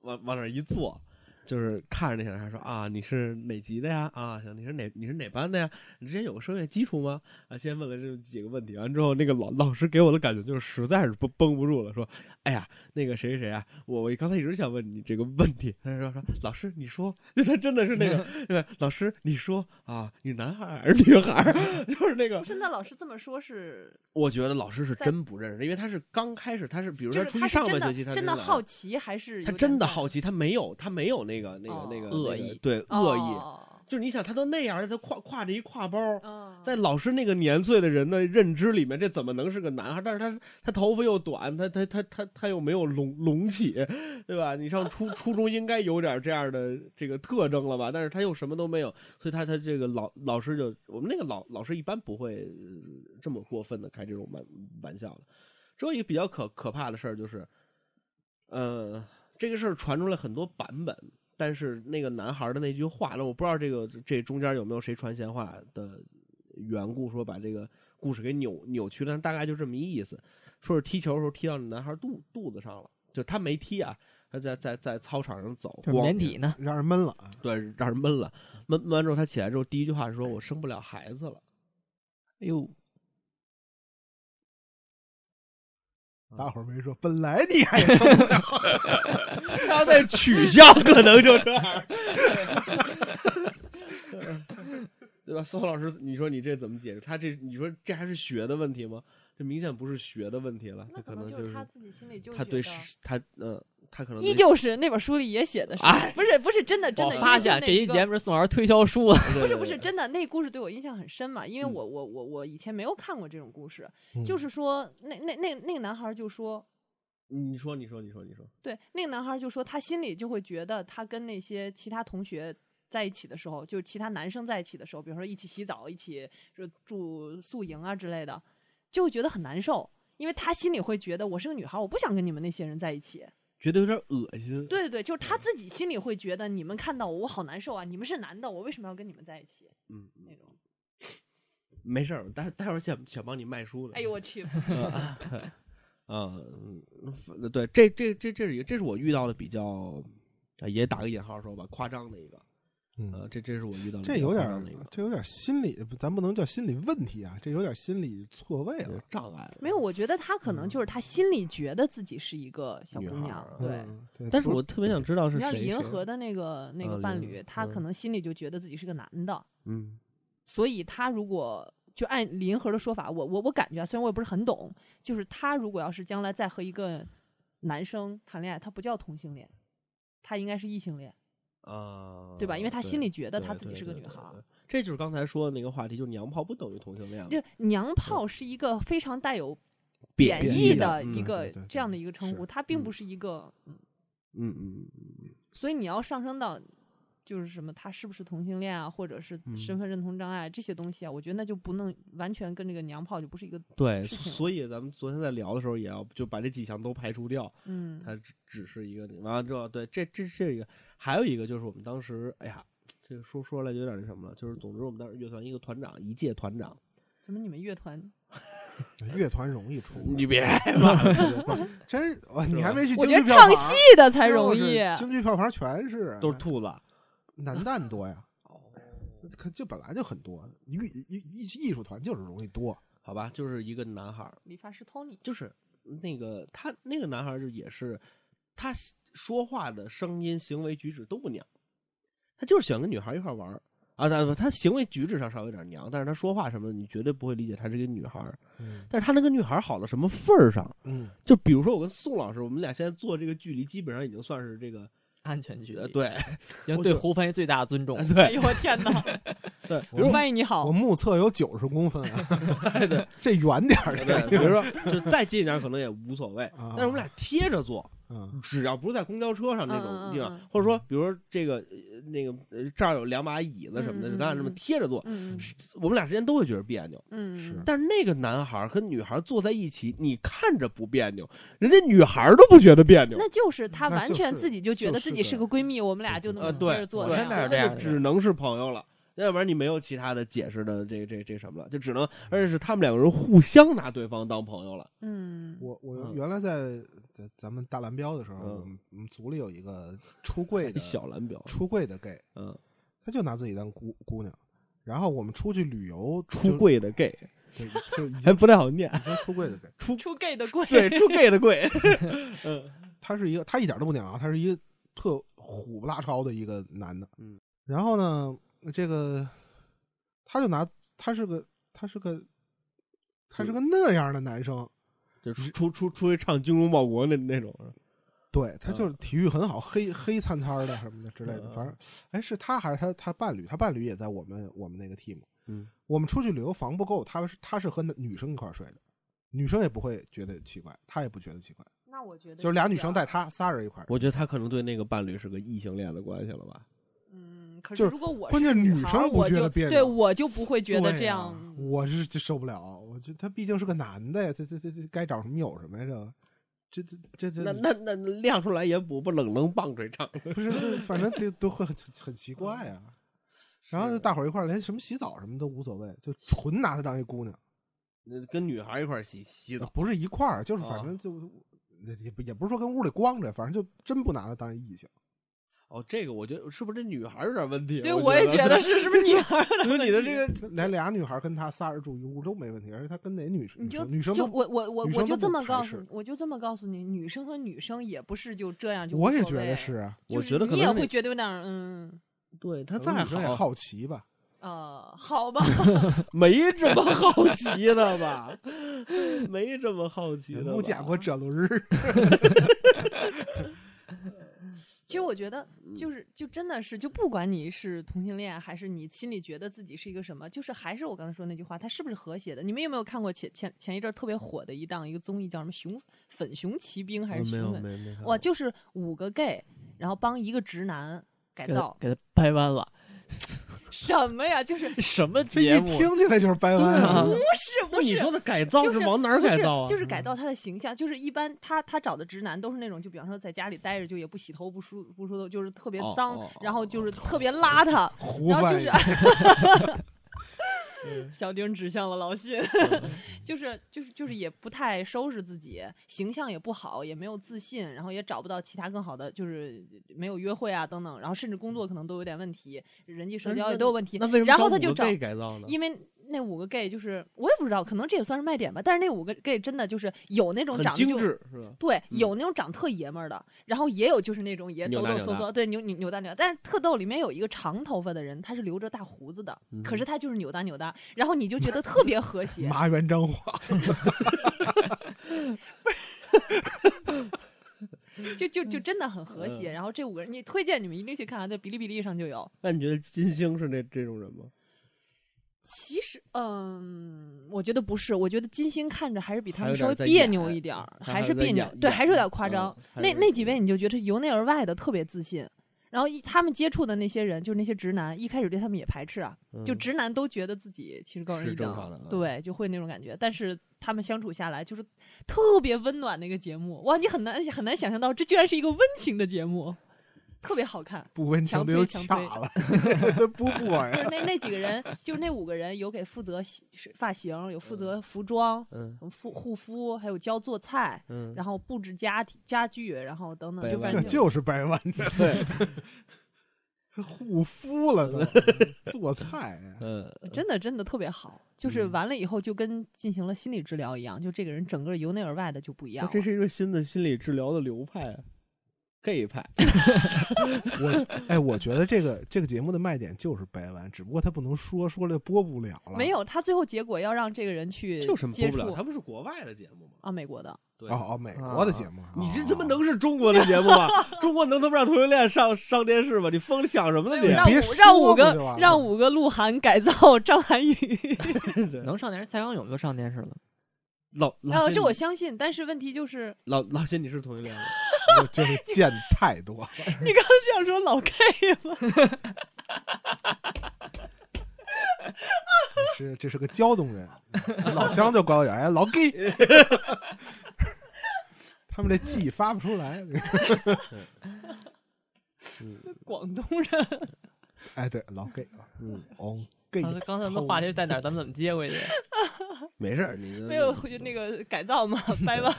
S1: 往往那儿一坐。就是看着那小男孩说啊，你是哪级的呀？啊，行，你是哪你是哪班的呀？你之前有过声乐基础吗？啊，先问了这么几个问题，完之后，那个老老师给我的感觉就是实在是绷绷不住了，说，哎呀，那个谁谁谁啊，我我刚才一直想问你这个问题，他说说老师你说， 就他真的是 那个对吧？老师你说啊，你男孩儿还是女孩儿？ 就是那个
S4: 不，是那老师这么说是，
S1: 我觉得老师是
S4: 在
S1: 真不认识，因为他是刚开始，他是比如
S4: 就
S1: 他
S4: 是
S1: 出
S4: 他
S1: 去
S4: 是
S1: 上
S4: 真
S1: 半
S4: 的
S1: 学期，他
S4: 真的
S1: 来
S4: 好，奇还是
S1: 他
S4: 有
S1: 真
S4: 点
S1: 的
S4: 在
S1: 好奇，他没有他没有那个那个那个
S4: 哦
S1: 那个
S2: 恶意
S1: 对恶意，
S4: 哦
S1: 就是你想，他都那样了，他挎挎着一挎包，
S4: 嗯，
S1: 在老师那个年岁的人的认知里面，这怎么能是个男孩？但是他他头发又短，他他他他他又没有隆隆起，对吧？你上初初中应该有点这样的这个特征了吧？但是他又什么都没有，所以他他这个老老师就我们那个老老师一般不会、呃这么过分的开这种玩玩笑的。只有一个比较可可怕的事儿就是，呃，这个事儿传出来很多版本，但是那个男孩儿的那句话，那我不知道这个这中间有没有谁传闲话的缘故，说把这个故事给扭扭曲了，但大概就这么一意思，说是踢球的时候踢到那男孩肚肚子上了，就他没踢啊，他在在在操场上走，
S2: 就是
S1: 光
S2: 年底呢，
S3: 让人闷了啊！
S1: 对，让人闷了，闷闷完之后他起来之后第一句话是说我生不了孩子了，
S2: 哎呦，
S1: 啊
S3: 大伙儿没说，本来你 还受不了，
S1: 他在取笑可能就 这样。对吧？宋老师，你说你这怎么解释？他这你说这还是学的问题吗？这明显不是学的问题了，
S4: 那
S1: 这
S4: 可
S1: 能
S4: 能
S1: 就是
S4: 他自己心里就
S1: 他
S4: 觉
S1: 对
S4: 得
S1: 是他嗯、他可能
S4: 依
S1: 对
S4: 旧是那本书里也写的 是，
S1: 哎
S4: 不是不是真的真
S2: 我
S4: 的。
S2: 发
S4: 因为就
S2: 现
S4: 那
S2: 这
S4: 一
S2: 一
S4: 个
S2: 节目是宋老师推销书啊，
S1: 对
S4: 不是
S1: 对
S4: 不是
S1: 对
S4: 真的，那故事对我印象很深嘛，因为
S1: 嗯
S4: 我我我我以前没有看过这种故事，
S3: 嗯
S4: 就是说那那那那个男孩就说，
S1: 你说你说你说你说，
S4: 对，那个男孩就说他心里就会觉得他跟那些其他同学。在一起的时候，就是其他男生在一起的时候，比如说一起洗澡、一起就住宿营啊之类的，就会觉得很难受，因为他心里会觉得我是个女孩，我不想跟你们那些人在一起。
S1: 觉得有点恶心。
S4: 对对，就是他自己心里会觉得你们看到我，我好难受啊！你们是男的，我为什么要跟你们在一起？
S1: 嗯，嗯
S4: 那种，
S1: 没事儿，待待会儿想想帮你卖书的。
S4: 哎呦 我去，
S1: 啊，嗯，嗯对，这这这这是一个，这是我遇到的比较，啊也打个引号说吧，夸张的一个，呃，
S3: 嗯，
S1: 这这是我遇到的
S3: 这
S1: 比较夸
S3: 有点
S1: 张
S3: 儿
S1: 的一个，
S3: 这有点儿心理，咱不能叫心理问题啊，这有点儿心理错位
S1: 有
S3: 了
S1: 点。障碍了
S4: 没有，我觉得他可能就是他心里觉得自己是一个小
S1: 女
S4: 姑
S1: 孩
S4: 娘
S1: 儿，
S4: 对。
S3: 嗯对，
S1: 但是
S3: 不
S1: 我特别想知道是
S4: 你像
S1: 谁
S4: 李银
S1: 谁
S4: 河的那个那
S1: 啊
S4: 个
S1: 李
S4: 伴
S1: 银
S4: 侣
S1: 河，
S4: 他可
S1: 嗯
S4: 能心里就觉得自己是个男的，
S1: 嗯
S4: 所以他如果就按李银河的说法，我我我感觉啊，虽然我也不是很懂，就是他如果要是将来再和一个男生谈恋爱，他不叫同性恋，他应该是异性恋。
S1: 啊，
S4: 对吧因为她心里觉得
S1: 对
S4: 她自己
S1: 对
S4: 是个
S1: 对
S4: 女
S1: 对
S4: 孩儿
S1: 对这就是刚才说的那个话题，就是娘炮不等于同性恋嘛，
S4: 就娘炮是一个非常带有
S1: 贬
S4: 贬
S1: 义
S4: 义的
S1: 嗯
S4: 一个
S3: 对对对
S4: 这样的一个称
S3: 是
S4: 呼，它并
S1: 嗯
S4: 不是一个，
S1: 嗯嗯嗯嗯
S4: 所以你要上升到就是什么他是不是同性恋啊，或者是
S1: 嗯
S4: 身份认同障碍这些东西啊，我觉得那就不能完全跟这个娘炮就不是一个，
S1: 对，
S4: 事情
S1: 所以咱们昨天在聊的时候，也要就把这几项都排除掉，
S4: 嗯，
S1: 它只只是一个完了之后，对，这这这个还有一个就是我们当时，哎呀，这个说说来就有点那什么了，就是总之我们当时乐团一个团长，一届团长，
S4: 怎么你们乐团？
S3: 乐团容易出，
S1: 你别嘛，
S3: 真是哇
S1: 是
S3: 你还
S1: 吧
S3: 没去
S4: 我
S3: 京剧
S4: 觉得
S3: 票房
S4: 唱
S3: 儿，
S4: 戏的才容
S3: 就是
S4: 易，啊
S3: 京剧票房全是
S1: 都是兔子，
S3: 男 旦多呀。
S1: 哦
S3: 可就本来就很多，艺艺艺艺术团就是容易多，
S1: 好吧，就是一个男孩儿，
S4: 理发 师 Tony，
S1: 就是那个他那个男孩儿就也是，他说话的声音、行为举止都不娘，他就是喜欢跟女孩儿一块儿玩儿啊，他他行为举止上稍微有点娘，但是他说话什么的，你绝对不会理解他是个女孩儿，
S3: 嗯
S1: 但是他能跟女孩儿好到什么份儿上？
S3: 嗯，
S1: 就比如说我跟宋老师，我们俩现在做这个距离，基本上已经算是这个
S2: 安全距
S1: 呃
S2: 离，，
S1: 对
S2: 已经
S1: 我
S2: 对
S1: 就
S2: 胡翻译最大的尊重。
S4: 哎
S1: 对
S4: 呦我天哪！
S1: 对，比
S3: 我
S1: 如
S3: 们
S4: 翻译你
S3: 我
S4: 好，
S3: 目测有九十公分啊，
S1: 对 对
S3: 这远点儿
S1: 对，比如说就再近一点可能也无所谓，
S3: 啊
S1: 但是我们俩贴着坐，
S3: 嗯，
S1: 只要不是在公交车上那
S4: 嗯嗯
S1: 种
S4: 嗯
S1: 地方
S4: 嗯，
S1: 或者说，比如说这个呃那个呃这儿有两把椅子什么的，
S4: 嗯
S1: 就咱俩这么贴着坐，
S4: 嗯
S1: 我们俩之间都会觉得别扭。
S4: 嗯，
S3: 是
S1: 但是那个男孩儿和女孩儿坐在一起，你看着不别扭，人家女孩儿都不觉得别扭。
S4: 那就是她
S3: 那
S4: 完
S3: 就
S4: 全
S3: 是
S4: 自己就觉
S3: 就
S4: 得
S3: 是
S4: 自
S3: 这
S4: 己是个
S3: 样
S4: 闺蜜，我们俩就
S3: 对
S4: 能
S1: 呃，
S4: 接
S1: 对
S4: 着，做
S1: 对
S2: 我
S4: 这样，
S2: 身边有这
S1: 那
S2: 样
S1: 就
S2: 的
S1: 只能是朋友了。要不然你没有其他的解释的这这这什么了，就只能，而且是他们两个人互相拿对方当朋友了。
S4: 嗯，
S3: 我我
S1: 嗯
S3: 原来在在咱们大蓝标的时候，
S1: 嗯
S3: 我们我们组里有一个出柜的
S1: 小蓝标，
S3: 出柜的 gay，
S1: 嗯，
S3: 他就拿自己当姑姑娘。然后我们出去旅游，
S1: 出柜的 gay
S3: 就就 已
S1: 还
S3: 经
S1: 不太好念，
S3: 已经出柜的 gay，
S4: 出 gay 的贵，
S1: 对，出 gay 的 gay，嗯
S3: 他是一个他一点都不娘啊，他是一个特虎不拉超的一个男的。
S1: 嗯，
S3: 然后呢，这个他就拿他是个他是个他是个那样的男生，
S1: 就出出出出去唱《精忠报国》那那种，
S3: 对他
S1: 嗯
S3: 就是体育很好，黑黑参参的什么的之类的，
S1: 嗯
S3: 反正哎是他还是他他伴侣，他伴侣也在我们我们那个 team。
S1: 嗯，
S3: 我们出去旅游房不够，他是他是和那女生一块儿睡的，女生也不会觉得奇怪，他也不觉得奇怪，
S4: 那我觉得
S3: 就是俩女生
S1: 啊
S3: 带
S4: 带，
S3: 他仨人一块儿。
S1: 我觉得他可能对那个伴侣是个异性恋的关系了吧？
S4: 嗯，可
S3: 就是
S4: 如果我
S3: 关
S4: 是
S3: 键女
S4: 孩
S3: 生
S4: 儿
S3: 不
S4: 我
S3: 觉
S4: 就
S3: 得别
S4: 对
S3: 扭
S4: 我就不会觉得
S3: 对
S4: 这
S3: 呀
S4: 样。嗯
S3: 我是就受不了。我觉得他毕竟是个男的呀，这这这这该找什么有什么呀？这个这这
S1: 那
S3: 这 这
S1: 那那那亮出来也补不冷冷棒槌唱，
S3: 不是，这反正这都会很很奇怪
S1: 嗯
S3: 啊。 然
S1: 啊
S3: 后大伙儿一块儿连什么洗澡什么都无所谓，就纯拿她当一姑娘，
S1: 那跟女孩一块儿洗洗澡，
S3: 不是一块儿，就是
S1: 啊
S3: 反正就那也不也不是说跟屋里光着，反正就真不拿她当异性。
S1: 哦，这个我觉得是不是这女孩儿有点问题？啊
S4: 对，
S1: 我
S4: 我也 觉得是，是不是女孩儿？
S1: 因为你的这个
S3: 来俩女孩跟她仨人住一屋都没问题，而且她跟哪女
S4: 你
S3: 女
S4: 就
S3: 生女生
S4: 就
S3: 都
S4: 我我我
S3: 女
S4: 我
S3: 生
S4: 就
S3: 都
S4: 这
S3: 不
S4: 么
S3: 排
S4: 告诉
S3: 斥
S4: 你，我就这么告诉你，女生和女生也不是就这样就无
S3: 我也
S4: 所
S3: 觉
S4: 谓
S3: 得是，啊，
S4: 就
S1: 我
S4: 是
S1: 觉得可
S4: 你也
S1: 能
S4: 会
S1: 那
S4: 觉得有点儿嗯
S1: 对他
S3: 可能
S1: 再
S3: 女生也
S1: 好，
S3: 好奇吧。
S4: 呃好 吧，
S1: 没这么好奇的吧？ 没这么好奇的吧。
S3: 木甲过这路日，
S4: 其实我觉得，
S1: 嗯
S4: 就是就真的是，就不管你是同性恋，还是你心里觉得自己是一个什么，就是还是我刚才说那句话，它是不是和谐的？你们有没有看过前前前一阵儿特别火的一档一个综艺，叫什么《熊粉熊骑兵》还是
S1: 嗯没
S4: 熊
S1: 有
S4: 粉？
S1: 没没看
S4: 哇，
S1: 过
S4: 就是五个 gay，然后帮一个直男改
S2: 给他
S4: 造
S2: 给他掰弯 了，
S4: 什么呀？ 就是
S2: 什么
S3: 这一
S2: 节目？
S3: 听起来就是掰弯
S1: 对啊
S3: 啊。
S4: 不是
S1: 那
S4: 不
S1: 你
S4: 是
S1: 说。的改造
S4: 就是
S1: 往哪儿
S4: 不
S1: 改
S4: 是
S1: 造啊？
S4: 就是改造他的形象，就是一般他他找的直男都是那种，就比方说在家里待着就也不洗头不梳不梳头，就是特别
S1: 哦
S4: 脏，
S1: 哦
S4: 然后就是特别邋遢，
S3: 胡
S4: 然后就
S3: 掰
S4: 是， 小丁指向了老信，
S1: 嗯
S4: 就是就是就是也不太收拾自己，形象也不好，也没有自信，然后也找不到其他更好的，就是没有约会啊等等，然后甚至工作可能都有点问题，人际社交也都有问题。
S1: 嗯那为什么
S4: 然后
S1: 找
S4: 他
S1: 五
S4: 就
S1: 个
S4: 找
S1: gay 改造呢？
S4: 因为那五个 gay 就是我也不知道，可能这也算是卖点吧。但是那五个 gay 真的就是有那种
S1: 很
S4: 长得
S1: 精
S4: 就
S1: 致是吧？
S4: 对，
S1: 嗯
S4: 有那种长特爷们儿的，然后也有就是那种也
S1: 扭
S4: 抖
S1: 大
S4: 抖
S1: 扭
S4: 嗦
S1: 大
S4: 嗦，对，扭扭扭大扭大。但是特逗，里面有一个长头发的人，他是留着大胡子的，
S1: 嗯
S4: 可是他就是扭大扭大，然后你就觉得特别和谐。
S3: 麻原彰晃，
S4: 就就就真的很和
S1: 嗯
S4: 谐。然后这五个人，你推荐你们一定去看啊，在哔哩哔哩上就有。
S1: 那你觉得金星是那这种人吗？
S4: 其实，嗯，我觉得不是，我觉得金星看着还是比他
S1: 还有
S4: 们
S1: 点
S4: 稍微
S1: 在
S4: 别
S1: 演
S4: 扭一点儿，
S1: 他
S4: 还
S1: 还
S4: 是
S1: 在
S4: 别扭
S1: 演，
S4: 对，
S1: 演
S4: 还是有点夸张
S1: 嗯。还
S4: 那
S1: 是
S4: 那几位你就觉得由内而外的特别自信。然后一他们接触的那些人，就是那些直男，一开始对他们也排斥啊，就
S1: 嗯
S4: 直男都觉得自己其实高人
S1: 是
S4: 一
S1: 正
S4: 等
S1: 常的嗯，
S4: 对，就会那种感觉。但是他们相处下来，就是特别温暖的一个节目，哇，你很难很难想象到，这居然是一个温情的节目，特别好看。
S3: 不温情
S4: 强
S3: 的
S4: 推
S3: 又
S4: 强
S3: 卡
S4: 推
S3: 了， 不播
S4: 就是
S3: 呀。
S4: 那那几个人，就是那五个人，有给负责洗是发型，有负责服装、
S1: 嗯
S4: 护护肤，还有教做菜，
S1: 嗯，
S4: 然后布置家庭家具，然后等等，
S1: 百
S4: 就
S1: 万
S4: 反
S3: 这
S4: 正
S1: 就
S3: 就是掰弯的， 对，护肤了 都，做菜呀
S1: 嗯，
S4: 真的真的特别好。就是完了以后，就跟进行了心理治疗一样，就这个人整个由内而外的就不一样
S1: 那
S4: 了。
S1: 这是一个新的心理治疗的流派啊，gay 派。
S3: 我哎，我觉得这个这个节目的卖点就是掰弯，只不过他不能说，说了播不了了。
S4: 没有，他最后结果要让这个人去
S1: 这有什么播
S4: 接
S1: 不
S4: 触
S1: 了？它不是国外的节目吗？
S4: 啊，美国的，
S1: 对
S3: 哦哦，美国的节目，
S1: 啊你这
S3: 哦
S1: 他妈能是中国的节目吗？中国能他妈让同性恋上上电视吗？你疯想什么呢你？
S4: 让
S3: 别
S4: 五让
S3: 说
S4: 五
S3: 不就完
S4: 个
S3: 了
S4: 让五个鹿晗改造 张涵予。
S2: 能上电视，蔡康永就上电视了。
S1: 老老
S4: 呃，
S1: 仙
S4: 这我相信，但是问题就是
S1: 老老仙你是同性恋吗？
S3: 哦就就是见太多了。
S4: 你刚刚是想说老 gay 吗？
S3: 你是这是个胶东人，老乡就管我叫哎老 gay，他们这技发不出来。
S4: 广东人，
S3: 哎，对，老 gay 啊，
S1: 嗯，
S3: 哦 gay，
S2: 啊刚才我们话题在哪儿？咱们怎么接 回去？
S1: 没事儿，你
S4: 没有回去那个改 造嘛，掰弯。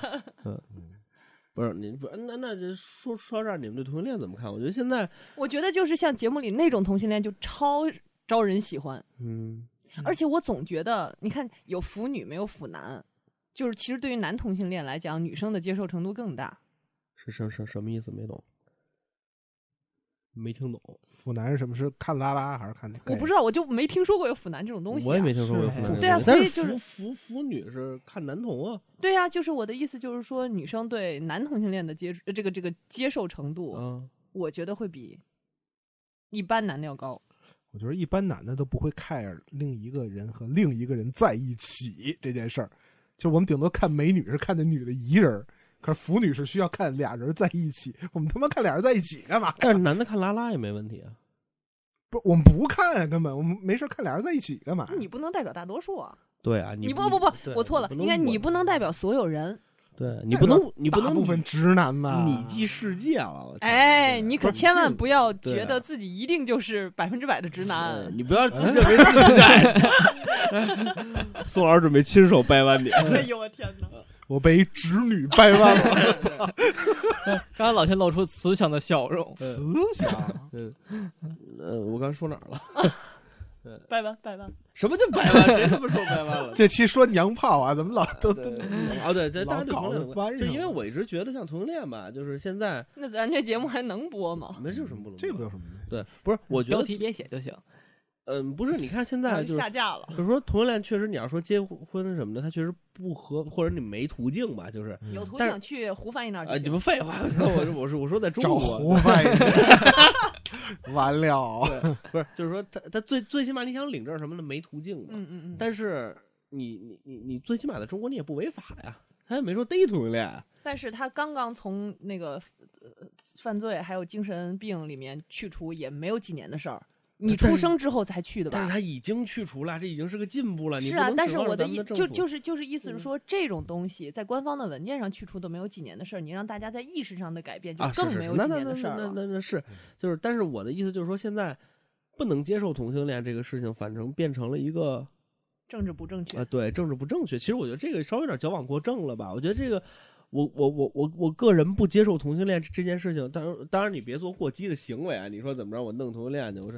S1: 不是你不那那这说说到这儿，你们对同性恋怎么看？我觉得现在
S4: 我觉得就是像节目里那种同性恋就超招人喜欢，
S1: 嗯，
S4: 而且我总觉得，你看有腐女没有腐男，就是其实对于男同性恋来讲，女生的接受程度更大。
S1: 是什什什么意思？没懂。没听懂，
S3: 腐男是什么？是看拉拉还是看？
S4: 我不知道，我就没听说过有腐男这种东西、啊。
S1: 我也没听说过有
S2: 是
S1: 腐男这个东西。
S4: 对啊所
S1: 但
S4: 以
S1: 是
S4: 就是
S1: 腐腐腐女是看男童啊，
S4: 对呀、就是我的意思，就是说女生对男同性恋的接触，呃这个这个接受程度，
S1: 啊，
S4: 我觉得会比一般男的要高。
S3: 我觉得一般男的都不会 care 另一个人和另一个人在一起这件事儿，就我们顶多看美女是看那女的一人儿，可是腐女是需要看俩人在一起。我们他妈看俩人在一起干嘛？
S1: 但是男的看拉拉也没问题啊。
S3: 不，我们不看啊，根本我们没事看俩人在一起干嘛？
S4: 你不能代表大多数啊！
S1: 对啊，
S4: 你
S1: 不
S4: 不不
S1: 对
S4: 我错了，
S1: 你
S4: 应该你
S1: 不
S4: 不能代表所有人。
S1: 对你不能你不
S3: 大
S1: 能
S3: 部分啊直男呐，
S1: 你记世界了，我操
S4: 哎，
S1: 对
S4: 你
S1: 不
S4: 可
S1: 是
S4: 千万
S1: 这
S4: 不要
S1: 对
S4: 觉
S1: 啊
S4: 得自己一定就是百分之百的直
S1: 嗯
S4: 男。
S1: 你不要自认为自 己在。宋老师准备亲手掰弯你。
S4: 哎呦我天哪！
S3: 我被一直女掰弯 了，
S2: 刚才老天露出慈祥的笑容。
S3: 慈祥。
S1: 呃，我刚说哪儿了？
S4: 拜拜拜拜。
S1: 什么叫掰弯？谁他妈说掰弯了？
S3: 这期说娘炮啊，怎么老都都
S1: 对啊，对，这大
S3: 老
S1: 家对同
S3: 搞
S1: 性恋有
S3: 得弯
S1: 关，就
S3: 上
S1: 因为
S3: 了
S1: 我一直觉得像同性恋吧，就是现在
S4: 那咱这节目还能播吗？
S1: 没有什么不能
S3: 这
S1: 播
S3: 个有什么？
S1: 对，不是，我觉
S2: 标
S1: 得
S2: 题别写就行，
S1: 嗯，不是，你看现在
S4: 然后
S1: 就
S4: 就是下架了，
S1: 就是说同性恋确实你要说结婚什么的，它确实不合，或者你没途径吧，就是
S3: 嗯
S4: 有图
S1: 但
S4: 想去胡翻译那儿
S1: 啊，
S4: 就
S1: 你
S4: 行。
S1: 们废话， 我是我是我说在中
S3: 找
S1: 国。
S3: 胡翻译， 完了。
S1: 对，不是，就是说他他最最起码你想领证什么的没途径嘛，
S4: 嗯嗯嗯。
S1: 但是你你你你最起码在中国你也不违法呀，他也没说逮同性恋，
S4: 但是他刚刚从那个呃犯罪还有精神病里面去除，也没有几年的事儿。你
S1: 但
S4: 出
S1: 是
S4: 生之后才去的
S1: 但是
S4: 吧？
S1: 他已经去除了，这已经是个进步了。你
S4: 啊是
S1: 不
S4: 啊
S1: 能，
S4: 但
S1: 指
S4: 是
S1: 望
S4: 我
S1: 着
S4: 的
S1: 咱们
S4: 意
S1: 的政
S4: 就
S1: 府
S4: 就是就是意思是
S1: 嗯
S4: 说，这种东西在官方的文件上去除都没有几年的事儿，你让大家在意识上的改变，就
S1: 啊，是
S4: 更
S1: 是
S4: 没
S1: 是
S4: 有
S1: 那
S4: 几
S1: 那
S4: 年
S1: 那
S4: 的事
S1: 那
S4: 儿
S1: 那
S4: 了。
S1: 那那是就是，但是我的意思就是说，现在不能接受同性恋这个事情，反正变成了一个
S4: 政治不正
S1: 啊，
S4: 确，
S1: 对政治不正确。其实我觉得这个稍微有点矫枉过正了吧。我觉得这个，我我我我我个人不接受同性恋这这件事情。当然，当然你别做过激的行为啊！你说怎么着，我弄同性恋去？我说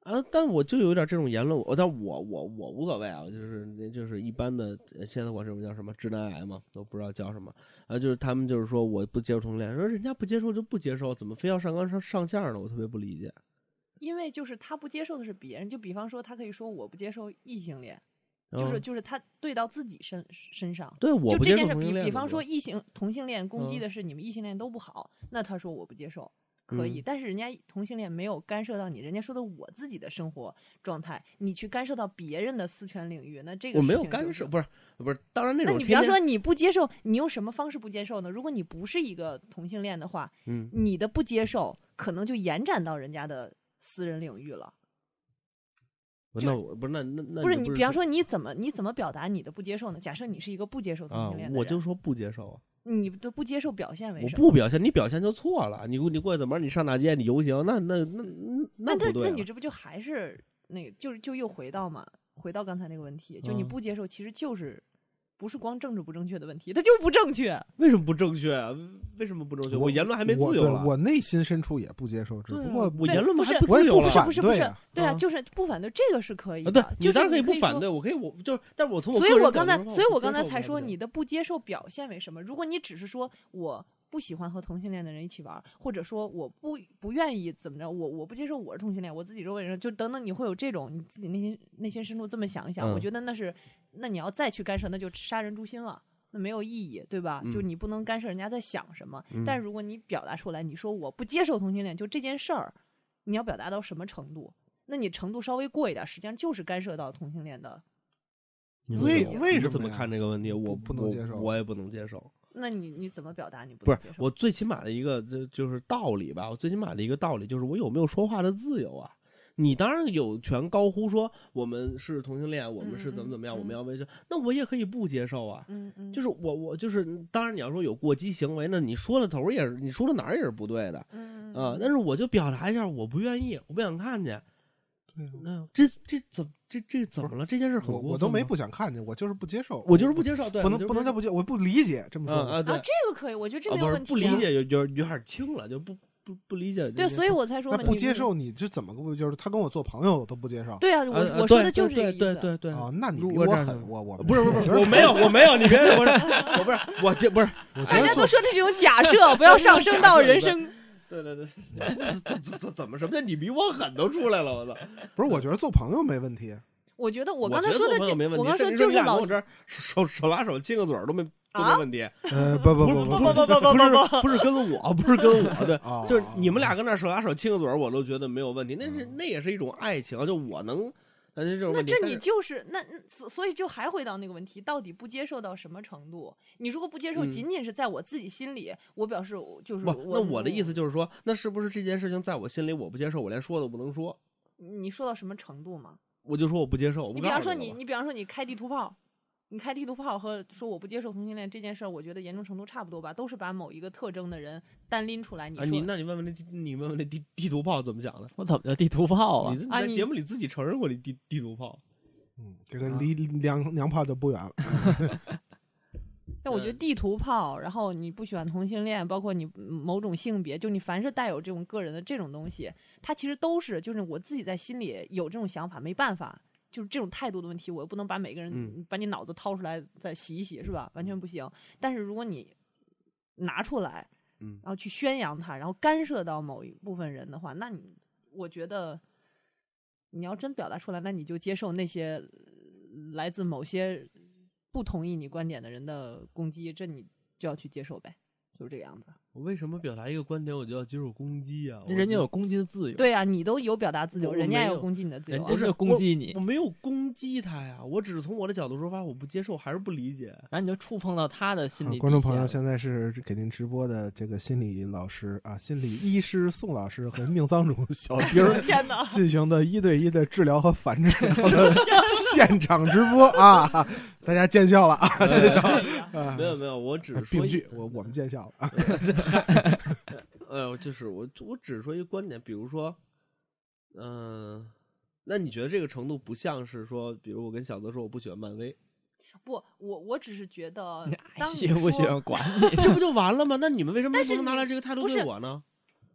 S1: 啊，但我就有点这种言论，我但我我我无所谓啊，我就是那就是一般的，呃现在我这种叫什么直男癌嘛，都不知道叫什么啊，就是他们就是说我不接受同性恋，说人家不接受就不接受，怎么非要上纲上上线呢？我特别不理解。
S4: 因为就是他不接受的是别人，就比方说他可以说我不接受异性恋，就是
S1: 嗯
S4: 就是他对到自己身身上。
S1: 对我
S4: 就
S1: 不
S4: 这
S1: 接
S4: 件
S1: 受同
S4: 事，比
S1: 性恋，
S4: 比方说异性同性恋攻击
S1: 嗯
S4: 的是你们异性恋都不好，那他说我不接受，可以，
S1: 嗯
S4: 但是人家同性恋没有干涉到你，人家说的我自己的生活状态，你去干涉到别人的私权领域，那这个
S1: 我没有
S4: 事情就
S1: 干
S4: 是
S1: 涉，。不是不是，当然那
S4: 那
S1: 种
S4: 你比
S1: 天
S4: 方
S1: 天
S4: 说你不接受，你用什么方式不接受呢？如果你不是一个同性恋的话，
S1: 嗯。
S4: 你的不接受可能就延展到人家的私人领域了。
S1: 不
S4: 就
S1: 那
S4: 是
S1: 我不是那那那
S4: 不是
S1: 就
S4: 你，比方说你怎么你怎么表达你的不接受呢？假设你是一个不接受同
S1: 啊
S4: 性恋，的人，
S1: 我就说不接受啊，
S4: 你的不接受表现为
S1: 我
S4: 什么？
S1: 不表现，你表现就错了。你你过去怎么着？你上大街，你游行，那那那那
S4: 这
S1: 不对啊
S4: 那你
S1: 了。
S4: 这不就还是那个，就是就又回到嘛，回到刚才那个问题，就你
S1: 嗯
S4: 不接受，其实就是不是光政治不正确的问题，它就是不正确。
S1: 为什么不正确啊？为什么不正确？
S3: 我
S1: 我言论还没
S3: 我
S1: 自由
S3: 对
S1: 了。
S3: 我内心深处也不接受，只
S1: 对啊
S3: 不过
S1: 我言论
S4: 嗯不
S1: 还
S4: 是
S1: 自由
S3: 我也
S1: 了。
S4: 是
S1: 啊
S4: 不是
S3: 反
S4: 不
S3: 对
S4: 是
S3: 啊，
S4: 对
S1: 啊
S4: 就是不反对，这个是可以
S1: 对
S4: 的，
S1: 你
S4: 就是
S1: 当然可
S4: 你
S1: 以
S4: 以
S1: 不反
S4: 说
S1: 对，。我可以我就是，但是我从
S4: 所以
S1: 个人
S4: 我
S1: 角
S4: 刚
S1: 度
S4: 才
S1: 上，
S4: 所以
S1: 不
S4: 我
S1: 接
S4: 刚才
S1: 受
S4: 才
S1: 我不
S4: 说你
S1: 行
S4: 的不接受表现为什么？如果你只是说我不喜欢和同性恋的人一起玩，或者说我不不愿意怎么着，我我不接受我是同性恋，我自己周围人就等等，你会有这种你自己内心内心深处这么想一想，
S1: 嗯
S4: 我觉得那是，那你要再去干涉，那就杀人诛心了。那没有意义，对吧？就
S1: 嗯
S4: 你不能干涉人家在想什么。
S1: 嗯
S4: 但如果你表达出来，你说我不接受同性恋，就这件事儿，你要表达到什么程度？那你程度稍微过一点，实际上就是干涉到同性恋的
S1: 你
S3: 为
S1: 怎么
S3: 为
S1: 你
S3: 什
S1: 怎
S3: 么
S1: 么
S3: 呀
S1: 看这个问题？我
S3: 不能
S1: 我
S3: 接受
S1: 我也不能接受。
S4: 那你你怎么表达你不
S1: 不
S4: 能
S1: 是
S4: 接受？
S1: 我最起码的一个就就是道理吧，我最起码的一个道理就是我有没有说话的自由啊。你当然有权高呼说我们是同性恋，我们是怎么怎么样，
S4: 嗯嗯嗯
S1: 我们要维权，那我也可以不接受啊。
S4: 嗯嗯，
S1: 就是我我就是，当然你要说有过激行为，那你说的头儿也是，你说到哪儿也是不对的
S4: 嗯
S1: 啊、但是我就表达一下，我不愿意，我不想看见。
S3: 对啊
S1: 那这这怎这这怎么了？这件事很
S3: 我
S1: 过
S3: 我都
S1: 分
S3: 没
S1: 吗，
S3: 不想看见，我就是不接受，
S1: 我就是不接受，对，
S3: 不
S1: 我就
S3: 能
S1: 是
S3: 不能
S1: 接
S3: 叫
S1: 受
S3: 不接，我不理解这么
S1: 嗯
S3: 说。
S1: 啊对
S4: 啊，，这个可以，我觉得这
S1: 啊
S4: 没有
S1: 不是
S4: 问题、
S1: 不理，解，有有有点轻了，就不不不啊理解。
S4: 对，所以我才说
S3: 那
S4: 嘛，
S3: 不
S4: 你
S3: 接受你是怎么个不就是他跟我做朋友我都不接受
S4: 对啊，我、
S1: 呃
S4: 我
S1: 呃
S4: 说
S1: 对
S4: 的就
S1: 对
S4: 是这个意思。
S1: 对对对
S3: 啊？那你
S1: 如
S3: 比
S1: 果
S3: 我
S1: 这样
S3: 狠，我我
S1: 不是不是不
S3: 我
S1: 是，
S3: 觉
S1: 我
S3: 得
S1: 没有我没有，你别哎我是我不是我这不是，
S3: 我觉
S4: 大
S3: 得
S4: 家
S3: 做
S4: 都说这种假设，不要上升到人身
S1: 对对对，怎怎怎怎么什么叫你比我狠都出来了？我操！
S3: 不是，我觉得做朋友没问题，
S4: 我觉得
S1: 我
S4: 我刚才
S1: 觉得
S4: 说的
S1: 做朋友没
S4: 这，
S1: 问
S4: 我
S1: 题，
S4: 刚
S1: 甚
S4: 说
S1: 至
S4: 就是是
S1: 俩跟
S4: 老
S1: 我这儿手手拉手亲个嘴儿都没都没
S4: 啊
S1: 问题，
S3: 呃，不不
S1: 不是
S3: 不
S1: 不
S3: 不
S1: 是不
S4: 不不不不
S1: 是
S4: 不不
S1: 不是跟我，不是跟我 的，
S3: 哦
S1: 就是你们俩跟那儿手拉手亲个嘴儿，我都觉得没有问题，那是那也是一种爱情，就我能，但是这种
S4: 那
S1: 问题，
S4: 这
S1: 但
S4: 你
S1: 是
S4: 就是那那所所以就还回到那个问题，到底不接受到什么程度？你如果不接受，
S1: 嗯
S4: 仅仅是在我自己心里，我表示嗯我就是
S1: 不，那我的意思
S4: 就
S1: 就是说，那是不是这件事情在我心里我不接受，我连说都不能说，
S4: 你说到什么程度嘛？
S1: 我就说我不接受。我不
S4: 你比方
S1: 告诉
S4: 说
S1: 你
S4: 你
S1: 了
S4: 你比方说你开地图炮，你开地图炮和说我不接受同性恋这件事儿，我觉得严重程度差不多吧，都是把某一个特征的人单拎出来，你
S1: 啊，
S4: 说
S1: 你那你问问那地你问问那地地图炮怎么讲的？
S2: 我怎么就地图炮啊
S1: 你？这
S4: 啊
S1: 在
S4: 你
S1: 节目里自己承认过你地地图炮，
S3: 嗯，这
S1: 啊
S3: 个离娘娘炮就不远了。
S4: 但我觉得
S1: 嗯
S4: 地图炮，然后你不喜欢同性恋，包括你嗯某种性别，就你凡是带有这种个人的这种东西，它其实都是就是我自己在心里有这种想法，没办法，就是这种态度的问题，我又不能把每个人、
S1: 嗯
S4: 把你脑子掏出来再洗一洗，是吧？完全不行。但是如果你拿出来，
S1: 嗯
S4: 然后去宣扬它，然后干涉到某一部分人的话，那你我觉得你要真表达出来，那你就接受那些呃来自某些不同意你观点的人的攻击，这你就要去接受呗，就是这个样子。
S1: 我为什么表达一个观点我就要接受攻击啊？我
S2: 人家
S1: 就
S2: 有攻击的自由，
S4: 对啊，你都有表达自由，
S1: 我
S4: 人家
S1: 没
S4: 也有
S1: 有
S4: 攻击你的自由
S2: 人
S4: 啊，
S2: 人家就攻击你
S1: 我，没有攻击他呀，我只是从我的角度出发，我不接受还是不理解。
S2: 然后你就触碰到他的心
S3: 啊
S2: 理底线了。
S3: 观众朋友，现在是给您直播的这个心理老师啊，心理医师宋老师和命丧主小丁儿
S4: 天哪！
S3: 进行的一对一的治疗和反治疗的 现场直播啊，大家见笑了啊！啊
S1: 没有没有，我只
S3: 哎
S1: 是说
S3: 病
S1: 一
S3: 句，我我们见笑了啊！
S1: 呃，就是我我只说一个观点，比如说，嗯、那你觉得这个程度不像是说，比如我跟小泽说我不喜欢漫威，
S4: 不，我我只是觉得
S2: 你，爱
S4: 当你
S2: 喜欢不喜
S4: 说
S2: 欢管你
S1: 这不就完了吗？那你们为什么
S4: 但
S1: 不
S4: 是
S1: 能拿
S4: 你
S1: 来这个态度
S4: 不
S1: 对
S4: 是
S1: 我呢？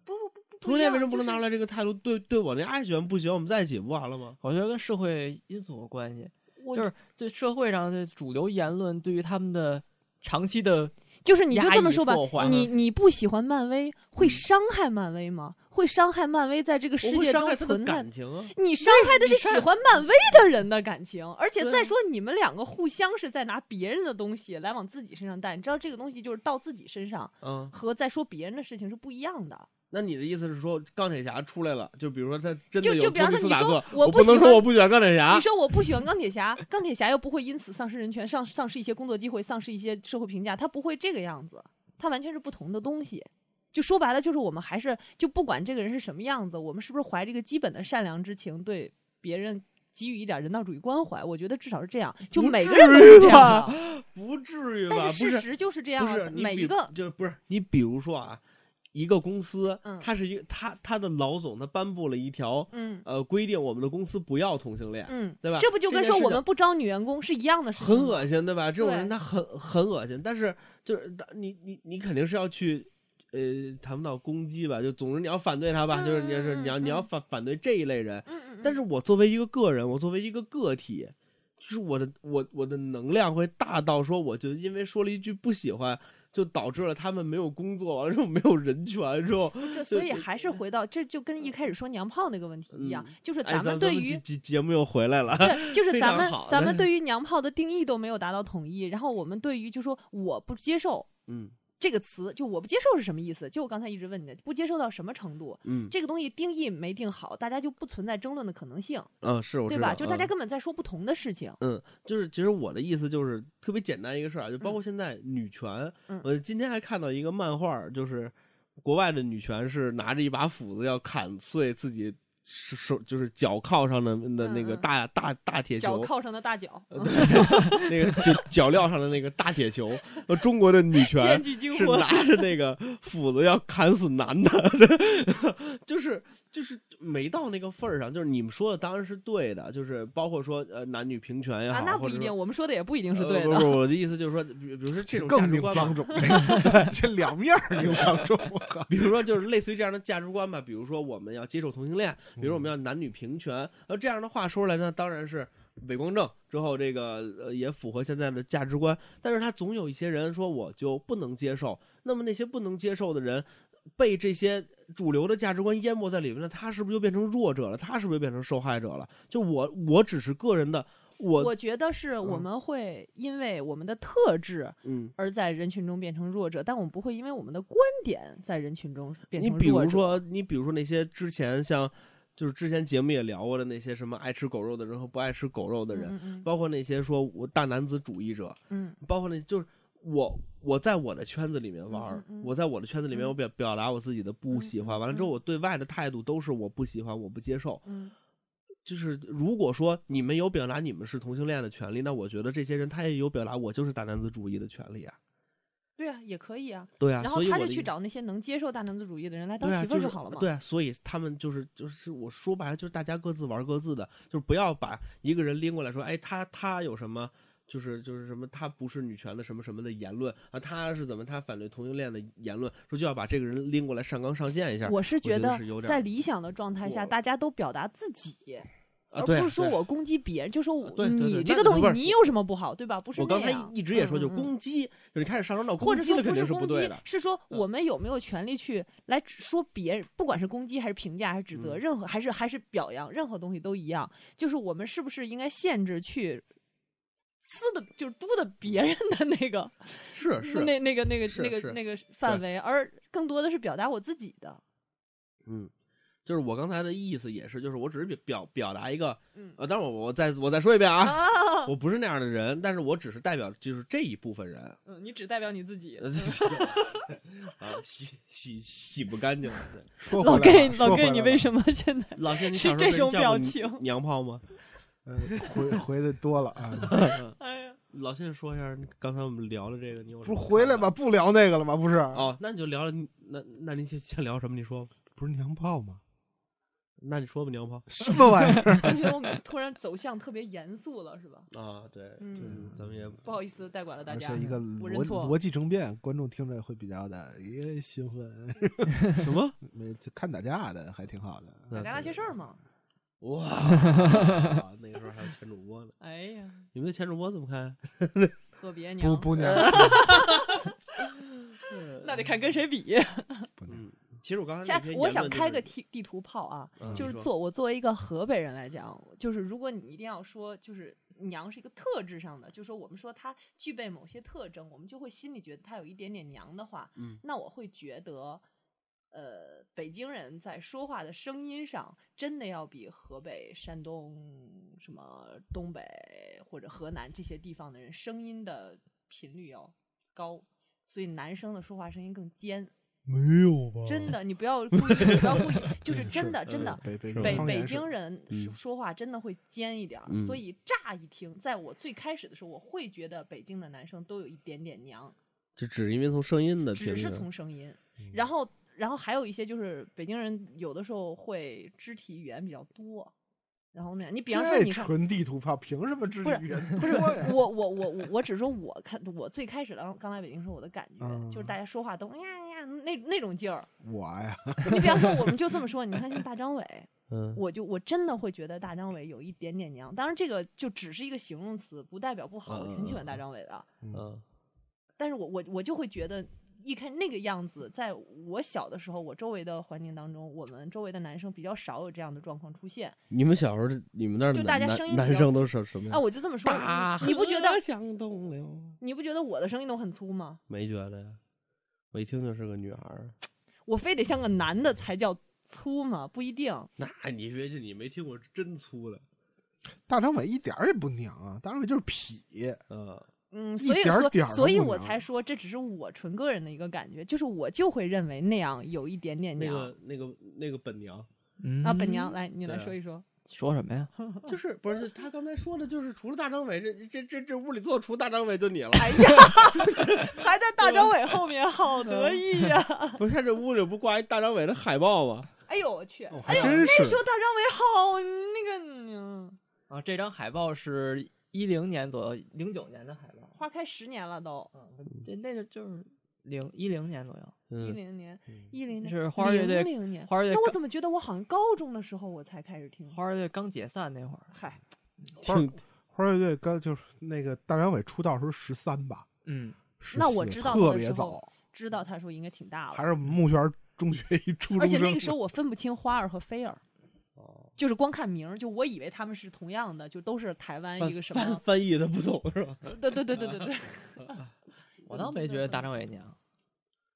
S4: 不不不，
S1: 同性恋为什么不
S4: 不一
S1: 能拿
S4: 样就是
S1: 来这个态度对对我那爱喜欢不喜欢我们在一起不完了吗？
S2: 我觉得跟社会因素有关系，
S4: 我
S2: 就是对社会上的主流言论对于他们的长期的，
S4: 就是你就
S2: 压
S4: 这么
S2: 抑
S4: 说吧
S2: 破坏，
S4: 你你不喜欢漫
S1: 嗯
S4: 威，会伤害漫威吗？会伤害漫威在这个世
S1: 我会
S4: 界
S1: 伤害
S4: 中
S1: 他的
S4: 存在
S1: 感。情啊！
S4: 你伤害的是喜欢漫威的人的感情，而且
S1: 对啊
S4: 再说你们两个互相是在拿别人的东西来往自己身上带，你知道这个东西就是到自己身上
S1: 嗯，
S4: 和在说别人的事情是不一样的。
S1: 那你的意思是说钢铁侠出来了，就比如说他真
S4: 就
S1: 的有
S4: 就比
S1: 托
S4: 方
S1: 尼
S4: 说
S1: 斯
S4: 你
S1: 塔
S4: 说
S1: 克，
S4: 我
S1: 我
S4: 不
S1: 不
S4: 喜
S1: 能说
S4: 欢
S1: 我不喜欢钢铁侠
S4: 你，说我不喜欢钢铁侠，钢铁侠又不会因此丧失人权，丧丧失一些工作机会，丧失一些社会评价，他不会这个样子，他完全是不同的东西。就说白了，就是我们还是就不管这个人是什么样子，我们是不是怀着一个基本的善良之情，对别人给予一点人道主义关怀？我觉得至少是这样，就
S1: 不
S4: 每个
S1: 至
S4: 人都是
S1: 于
S4: 这样
S1: 吧
S4: 的。
S1: 不至于吧？
S4: 但
S1: 不
S4: 是事实就是这样
S1: 不
S4: 啊，
S1: 是你
S4: 每
S1: 比
S4: 一个
S1: 就是不是你比如说啊，一个公司，
S4: 嗯
S1: 它是一个它它的老总他颁布了一条
S4: 嗯
S1: 呃规定，我们的公司不要同性恋，
S4: 嗯，
S1: 对吧？
S4: 这不就跟
S1: 件
S4: 说
S1: 事
S4: 我
S1: 情
S4: 们不招女员工是一样的事情
S1: 很
S4: 吗？
S1: 恶心，对吧？这种人
S4: 对
S1: 他很很恶心，但是就是他你你你肯定是要去。呃，谈不到攻击吧，就总之你要反对他吧，就是你要是你要、
S4: 嗯嗯嗯
S1: 你要反反对这一类人，
S4: 嗯嗯嗯，
S1: 但是我作为一个个人，我作为一个个体，就是我的我我的能量会大到说，我就因为说了一句不喜欢，就导致了他们没有工作，完了 之后没有人权，之后
S4: 这所以
S1: 就
S4: 还是回到这就跟一开始说娘炮那个问题一样
S1: 嗯，
S4: 就是
S1: 哎咱
S4: 们
S1: 们
S4: 对
S1: 节
S4: 于
S1: 节节目又回来了，
S4: 对，就是
S1: 非
S4: 咱
S1: 常
S4: 们
S1: 好
S4: 咱
S1: 的
S4: 们对于娘炮的定义都没有达到统一，然后我们对于就说我不接受
S1: 嗯
S4: 这个词，就我不接受是什么意思？就我刚才一直问你的，不接受到什么程度？
S1: 嗯
S4: 这个东西定义没定好，大家就不存在争论的可能性，
S1: 嗯，是我
S4: 对
S1: 知
S4: 吧？
S1: 道
S4: 就是
S1: 嗯
S4: 大家根本在说不同的事情。
S1: 嗯，就是其实我的意思就是特别简单一个事儿啊，就包括现在女权，
S4: 嗯
S1: 我今天还看到一个漫画儿，就是国外的女权是拿着一把斧子要砍碎自己手手就是脚铐上的的那个
S4: 嗯嗯
S1: 大、大大铁
S4: 脚
S1: 球，
S4: 铐上的大脚，
S1: 呃 对那个脚脚镣上的那个大铁球，呃，中国的女权
S4: 编剧惊
S1: 是
S4: 魂
S1: 拿着那个斧子要砍死男的， 就是就是没到那个份儿上。就是你们说的当然是对的，就是包括说呃男女平权呀，
S4: 啊，那不一定，我们说的也不一定是对
S1: 呃、不是
S4: 的。
S1: 我的意思就是说，比如比如说这种价
S3: 更
S1: 值
S3: 命
S1: 观吧
S3: 丧种，这个这两面儿命丧种，我靠！
S1: 比如说就是类似于这样的价值观吧，比如说我们要接受同性恋，比如我
S3: 嗯
S1: 们要男女平权，而这样的话说出来呢，当然是伪光正之后这个呃也符合现在的价值观，但是他总有一些人说我就不能接受，那么那些不能接受的人被这些主流的价值观淹没在里面了，他是不是就变成弱者了？他是不是就变成受害者了？就我，我只是个人的，我，
S4: 我觉得是我
S1: 嗯
S4: 们会因为我们的特质
S1: 嗯，
S4: 而在人群中变成弱者，但我们不会因为我们的观点在人群中变
S1: 你
S4: 成弱
S1: 比
S4: 者。
S1: 如说，你比如说那些之前像，就是之前节目也聊过的那些什么爱吃狗肉的人和不爱吃狗肉的人，
S4: 嗯
S1: 包括那些说我大男子主义者，
S4: 嗯
S1: 包括那就是我我在我的圈子里面玩儿，
S4: 嗯嗯嗯
S1: 我在我的圈子里面
S4: 嗯
S1: 我表表达我自己的不喜欢，
S4: 嗯嗯
S1: 完了之后我对外的态度都是我不喜欢，我不接受。
S4: 嗯
S1: 就是如果说你们有表达你们是同性恋的权利，那我觉得这些人他也有表达我就是大男子主义的权利啊。
S4: 对啊，也可以啊。
S1: 对啊，
S4: 然后
S1: 所以
S4: 他
S1: 我
S4: 就
S1: 的
S4: 去
S1: 意
S4: 找那些能接受大男子主义的人来当
S1: 对啊，
S4: 媳妇儿
S1: 就
S4: 就是好了嘛。
S1: 对啊，所以他们就是就是我说白了就是大家各自玩各自的，就是不要把一个人拎过来说，哎，他他有什么。就是就是什么，他不是女权的什么什么的言论啊，他是怎么他反对同性恋的言论，说就要把这个人拎过来上纲上线一下
S4: 我是
S1: 啊觉得
S4: 得
S1: 是有点
S4: 在理想的状态下，
S1: 我
S4: 大家都表达自己，
S1: 啊。
S4: 而不
S1: 对啊，
S4: 是说
S1: 对啊啊
S4: 我攻击别人，就说我
S1: 对对对
S4: 你这
S1: 那
S4: 个
S1: 不
S4: 东西
S1: 是
S4: 你有什么不好，对吧？不是
S1: 我刚才
S4: 那样
S1: 一直也说，就
S4: 嗯嗯嗯
S1: 攻击，就是你开始上升到
S4: 或
S1: 攻
S4: 者
S1: 击
S4: 说
S1: 了，肯
S4: 不
S1: 定
S4: 是
S1: 不
S4: 攻
S1: 对
S4: 击
S1: 的，。
S4: 是说
S1: 嗯
S4: 我们有没有权利去来指说别人，不管是攻击还是评价还是指责，
S1: 嗯
S4: 任何还是还是表扬，任何东西都一样，就是我们是不是应该限制去呲的，就是嘟的别人的那个
S1: 是 是，
S4: 那那个那个
S1: 是
S4: 那
S1: 是
S4: 个那个范围，而更多的是表达我自己的，
S1: 嗯，就是我刚才的意思也是，就是我只是表表表达一个，
S4: 嗯
S1: 呃，当然我我再我再说一遍啊，
S4: 啊，
S1: 我不是那样的人，但是我只是代表就是这一部分人，
S4: 嗯，你只代表你自己
S1: 呃 啊，洗洗洗不干净了。对
S3: 说回
S4: 老
S3: 来吧
S4: gay，
S3: 说
S4: 老
S3: 回
S4: gay，
S3: 来
S4: 你
S3: 吧
S4: 为什么现在？
S1: 老谢，你
S4: 是
S1: 小时候
S4: 这
S1: 被人
S4: 种
S1: 叫
S4: 表
S1: 过你
S4: 情
S1: 娘炮吗？ 嗯
S3: 呃，回回的多了啊，
S4: 哎 呀，
S1: 老谢说一下，刚才我们聊了这个，你有
S3: 不
S1: 什么
S3: 是回来
S1: 看
S3: 吧？
S1: 法？
S3: 不聊那个了吗？不是，
S1: 哦，那你就聊了，那那您先先聊什么？你说吧，
S3: 不是娘炮吗？
S1: 那你说吧，娘炮
S3: 什么玩意儿？
S4: 我觉得我们突然走向特别严肃了，是吧？
S1: 啊，对，
S4: 嗯
S1: 就是咱们也
S4: 不好意思，代管了大
S3: 而
S4: 家。
S3: 且一个
S4: 我认
S3: 逻
S4: 错
S3: 逻辑争辩，观众听着会比较的也兴奋，
S1: 什么
S3: 没看打架的还挺好的。
S1: 那
S4: 咱俩些事儿嘛。
S1: 哇，那个时候还有前主播呢，
S4: 哎呀，
S1: 你们对前主播怎么看？
S4: 特别
S3: 不
S4: 娘，
S3: 不 娘，
S4: 那得看跟谁比。
S3: 不娘，
S1: 嗯，其实我刚才
S4: 下
S1: 那篇，
S4: 我
S1: 言
S4: 想
S1: 论就
S4: 开
S1: 是
S4: 个地地图炮啊，
S1: 嗯
S4: 就是
S1: 你说
S4: 做我作为一个河北人来讲，就是如果你一定要说，就是娘是一个特质上的，就说我们说她具备某些特征，我们就会心里觉得她有一点点娘的话，
S1: 嗯
S4: 那我会觉得，呃，北京人在说话的声音上，真的要比河北、山东、什么东北或者河南这些地方的人声音的频率要高，所以男生的说话声音更尖。
S3: 没有吧
S4: 真的，你不要故意，你不要故意，就是真的，真的。
S3: 北北
S1: 哦是
S4: 北
S3: 嗯方
S4: 北
S3: 言是
S4: 京人
S1: 嗯
S4: 说说话真的会尖一点儿，
S1: 嗯
S4: 所以乍一听，在我最开始的时候，我会觉得北京的男生都有一点点娘，
S1: 就只是因为从声音的
S4: 只
S1: 频
S4: 是
S1: 率
S4: 从声音。
S3: 嗯
S4: 然后，然后还有一些就是北京人有的时候会肢体语言比较多，然后那样，你比方说
S3: 这
S4: 你看，
S3: 纯地图炮，凭什么支
S4: 不是
S3: 持语言
S4: 不
S3: 多
S4: 是
S3: 呀？
S4: 我我我我我只说我看我最开始刚刚来北京时候我的感觉，
S3: 嗯
S4: 就是大家说话都呀呀那那种劲儿。
S3: 我呀，
S4: 你比方说我们就这么说，你看像大张伟，
S1: 嗯
S4: 我就我真的会觉得大张伟有一点点娘，当然这个就只是一个形容词，不代表不好。我挺喜欢
S3: 嗯
S4: 大张伟的，
S1: 嗯
S4: 但是我我我就会觉得一看那个样子，在我小的时候，我周围的环境当中，我们周围的男生比较少有这样的状况出现
S1: 你们小时候，你们那儿
S4: 就大
S1: 男
S4: 家声音
S1: 男
S4: 比
S1: 男
S4: 较
S1: 生都是什么
S3: 嗯
S1: 样
S4: 啊。？我就这么说，你你不觉得
S1: 想东流？
S4: 你不觉得我的声音都很粗吗？
S1: 没觉得呀，我一听就是个女孩儿。
S4: 我非得像个男的才叫粗吗？不一定。
S1: 那你别介，你没听过真粗的，
S3: 大张伟一点儿也不娘啊，大张伟就是痞，
S1: 嗯，
S4: 嗯，
S3: 一
S4: 所以
S3: 点儿
S4: 所
S3: 点儿
S4: 所
S3: 都
S4: 以
S3: 不
S4: 我
S3: 娘
S4: 才说这只是我纯个人的一个感觉，就是我就会认为那样有一点点
S1: 那
S4: 娘。
S1: 个那个那个本娘，
S2: 嗯
S4: 啊，本娘，来，你
S1: 对
S4: 来
S1: 啊
S4: 说一说。
S2: 说什么呀？
S4: 嗯
S1: 就是不是他刚才说的，就是除了大张伟，这这这这屋里坐除大张伟就你了，
S4: 哎呀，还在大张伟后面，好得意呀、
S1: 不是他这屋里不挂一大张伟的海报吗？
S4: 哎呦我去，
S3: 哦
S4: 哎呦，
S3: 还真
S4: 那
S3: 是
S4: 时候大张伟好那个嗯
S2: 啊，这张海报是一零年左右，零九年的海报。
S4: 花开十年了都，
S2: 嗯，对，那就就是零一零年左右，
S4: 一
S1: 嗯，
S4: 零年，一零年
S2: 是花儿乐队
S4: 零零年。
S2: 花儿乐队
S4: 那我
S2: 刚
S4: 怎么觉得我好像高中的时候我才开始听？
S2: 花儿乐队刚解散那会儿，
S4: 嗨，
S1: 挺
S3: 花儿乐队刚就是那个大张伟出道时候十三吧，
S2: 嗯，
S3: 14
S4: 那我知道他的
S3: 特别
S4: 时候
S3: 早，
S4: 知道他说应该挺大
S3: 还
S4: 了。
S3: 是木泉中学一初中
S4: 而且那
S3: 生
S4: 个时候我分不清花儿和飞儿，
S1: 哦，
S4: 就是光看名儿，就我以为他们是同样的，就都是台湾一个什
S1: 翻
S4: 么，
S1: 翻译的不懂 是吧？
S4: 对对对对 对对，
S2: 我倒没觉得大张伟娘，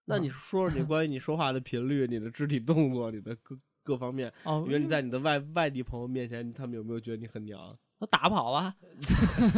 S1: 那你说说你关于你说话的频率、你的肢体动作、你的各各方面，
S2: 哦
S1: 比，如你在你的外外地朋友面前，他们有没有觉得你很娘？
S2: 我打跑啊，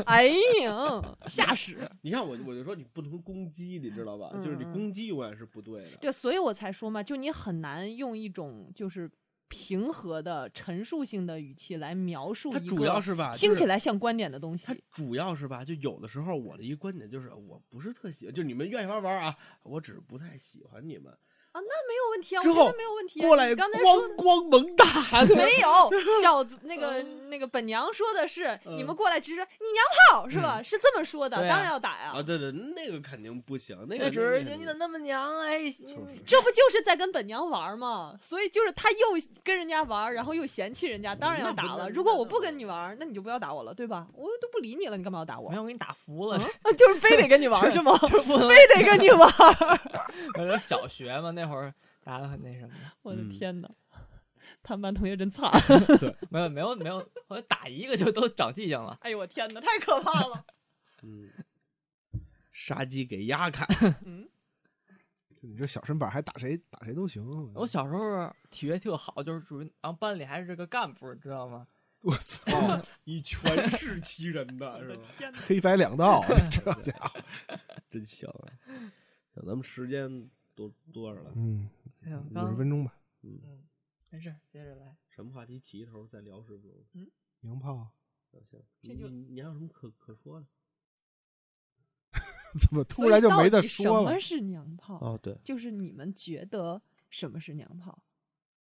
S4: 哎呀，吓死！
S1: 你看我，我就说你不能攻击，你知道吧？就是你
S4: 嗯嗯
S1: 攻击永远是不对的。
S4: 对，所以我才说嘛，就你很难用一种就是平和的陈述性的语气来描述
S1: 它
S4: 一
S1: 主要
S4: 个
S1: 是吧，就
S4: 听
S1: 是
S4: 起来像观点的东
S1: 它
S4: 西。
S1: 主要是吧，就有的时候我的一个观点就是，我不是特喜欢，就是你们愿意玩玩啊，我只是不太喜欢你们。
S4: 没有问题啊，
S1: 之
S4: 我觉得
S1: 后
S4: 没有问题啊。
S1: 过
S4: 你
S1: 来啊
S4: 刚才说
S1: 咣咣猛打，
S4: 没有， 小子那个那个本娘说的是，你们
S1: 嗯
S4: 过来指指你娘炮是吧？是这么说的，
S2: 对
S4: 当
S2: 啊
S4: 然要打呀。
S1: 啊，对对，那个肯定不行，那
S2: 那
S1: 个
S2: 只是
S1: 那个
S2: 你怎么那么娘哎？
S1: 就是
S4: 这不就是在跟本娘玩吗？所以就是他又跟人家玩，然后又嫌弃人家，当然要
S1: 那
S4: 打
S1: 不
S4: 了。
S1: 那
S4: 如果
S1: 那
S4: 我不跟你玩，那你就不要打我了，对吧？我都不理你了，你干嘛要打我
S2: 没？有，我给你打服了，
S4: 啊 就是非得跟你玩是吗？
S2: 这不能。
S4: 非得跟你玩。
S2: 我说小学嘛，那会儿打的很那什么，
S4: 我的
S1: 嗯
S4: 天哪，他们班同学真惨！
S2: 没有没有没有，我打一个就都长记性了。
S4: 哎呦我天哪，太可怕了。
S1: 嗯，杀鸡给鸭看，
S4: 嗯，
S3: 就你这小身板还打谁打谁都行。
S2: 我小时候体育特好，就是属于，然后班里还是个干部，你知道吗？
S3: 我操，
S1: 以全是其人的
S4: 我
S1: 是
S4: 的
S1: 吧？
S4: 天哪，
S3: 黑白两 道，这家伙，
S1: 真香啊！行咱们时间多多少了？
S3: 嗯，
S2: 哎呀
S3: 五十
S2: 刚
S3: 分钟吧，
S1: 嗯，
S2: 嗯，没事，接着来。
S1: 什么话题起一头再聊十分钟？
S3: 娘炮
S1: 行行，
S4: 这
S1: 你
S4: 就
S1: 你你还有什么可可说的？
S3: 怎么突然就没得
S4: 所以
S3: 说了
S4: 到底什么？是娘炮？
S1: 哦，对，
S4: 就是你们觉得什么是娘炮？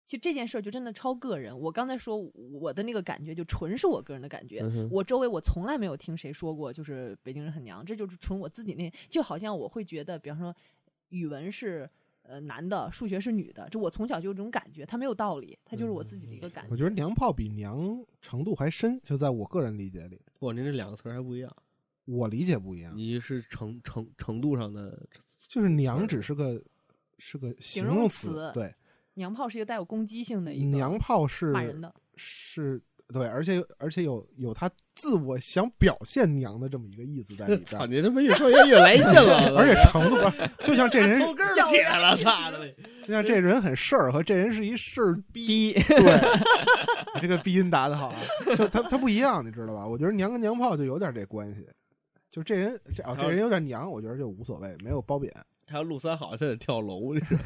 S4: 其实这件事儿就真的超个人。我刚才说我的那个感觉，就纯是我个人的感觉。
S1: 嗯哼
S4: 我周围我从来没有听谁说过，就是北京人很娘，这就是纯我自己那，就好像我会觉得，比方说语文是呃男的，数学是女的，这我从小就有这种感觉，它没有道理，它就是我自己的一个感觉。
S3: 嗯我觉得娘炮比娘程度还深，就在我个人理解里，
S1: 不，您这两个词儿还不一样，
S3: 我理解不一样，
S1: 你是程程程度上的，
S3: 就是娘只是个是个形容
S4: 形容词
S3: 对，
S4: 娘炮是一个带有攻击性的一个
S3: 娘炮是
S4: 骂人的，
S3: 是对，而且而且有有他自我想表现娘的这么一个意思在里 边
S1: 操，
S3: 儿，
S1: 你这么越说越越来劲了，
S3: 而且程度不 是，就像这人
S1: 抽根儿起来了，操的嘞！
S3: 就像这人很事儿和这人是一事儿
S2: 逼，
S3: 对，你这个鼻音打的好啊，就他他不一样，你知道吧？我觉得娘跟娘炮就有点这关系，就这人这哦，这人有点娘，我觉得就无所谓，没有褒贬。
S1: 还有陆三好，现在跳楼， 这是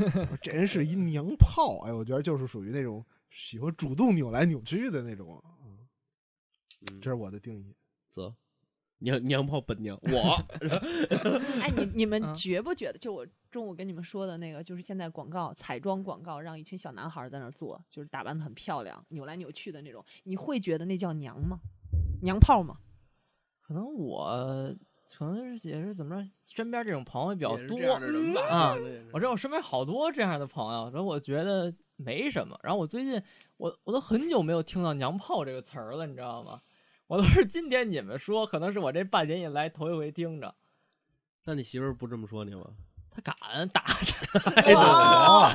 S3: 这人是一娘炮，哎，我觉得就是属于那种喜欢主动扭来扭去的那种，嗯
S4: 嗯
S3: 这是我的定义。
S1: 走，娘娘炮本娘，我
S4: 哎，你你们
S2: 嗯
S4: 觉不觉得？就我中午跟你们说的那个，就是现在广告彩妆广告，让一群小男孩在那儿做，就是打扮的很漂亮，扭来扭去的那种，你会觉得那叫娘吗？娘炮吗？
S2: 可能我可能是也是怎么着，身边这种朋友比
S1: 比
S2: 较多。
S1: 啊
S2: 啊，我知道我身边好多这样的朋友，然后我觉得没什么。然后我最近我我都很久没有听到“娘炮”这个词儿了，你知道吗？我都是今天你们说，可能是我这半年以来头一回听着。
S1: 那你媳妇儿不这么说你吗？
S2: 他敢打他，哦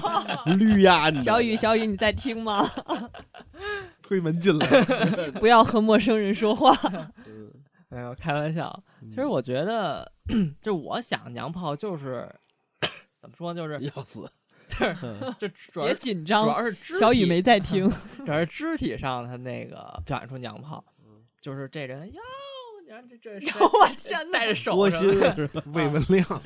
S1: 绿呀，你
S4: 小雨，小雨，你在听吗？
S3: 推门进 来，
S4: 不要和陌生人说话。
S1: 嗯
S2: 没有哎开玩笑。啊其
S4: 嗯
S2: 实我觉得，就是我想娘炮就是怎么说呢， 就是
S1: 要死，嗯
S2: 这主要
S4: 哎别
S2: 是
S4: 紧
S2: 主
S4: 张
S2: 要，是肢体嗯
S4: 小雨没在 听。
S2: 主 要是肢体上他那个表现出娘炮，
S4: 嗯
S2: 就是这人哟，你看这这
S4: 我天哪
S2: 带！着手
S1: 多
S2: 什
S1: 心
S2: 么的
S1: 是 吧？
S3: 魏文亮，
S4: 啊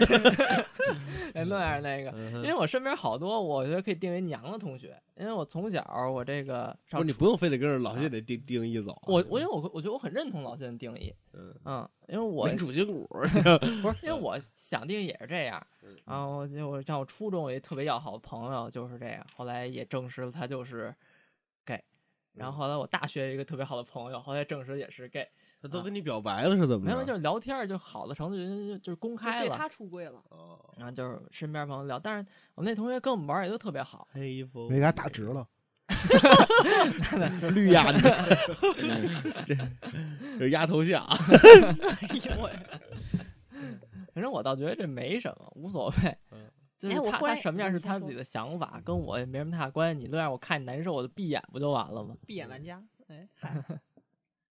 S2: 哎，那样那个，
S1: 嗯
S4: 嗯
S2: 因为我身边好多我觉得可以定为娘的同学，因为我从小我这个
S1: 不
S2: 上
S1: 是你
S2: 初
S1: 不用非得跟着老谢得定定义走啊，
S4: 嗯
S2: 我我因为我我觉得我很认同老谢的定义，
S1: 嗯
S2: 嗯，因为我
S1: 民主筋骨，
S2: 不是因为
S4: 嗯
S2: 我想定义也是这样
S1: 嗯，
S2: 然后我就我像我初中有一特别要好的朋友就是这样，后来也证实了他就是 gay，然
S1: 嗯
S2: 后后来我大学有一个特别好的朋友，后来证实也是 gay，
S1: 他都跟你表白了是怎么
S2: 没
S1: 着？
S2: 有就是聊天儿就好的程度就就就是公开了，
S4: 出柜了，
S1: 哦
S2: 然后就是身边朋友聊，但是我那同学跟我们玩儿也都特别好，
S1: 黑风
S3: 没给他打直了。
S1: 绿呀，你这这 是丫头 像，
S4: 哎呦喂！
S2: 反正我倒觉得这没什么，无所谓
S1: 嗯。
S2: 就是
S4: 哎我
S2: 他
S4: 忽
S2: 他
S4: 然
S2: 什么样
S4: 嗯
S2: 是
S4: 你先
S2: 他
S4: 说
S2: 自己的想法，跟我也没什么太大关系。你乐让我看你难受，我就闭眼不就完了吗？
S4: 闭眼玩家。哎，嗨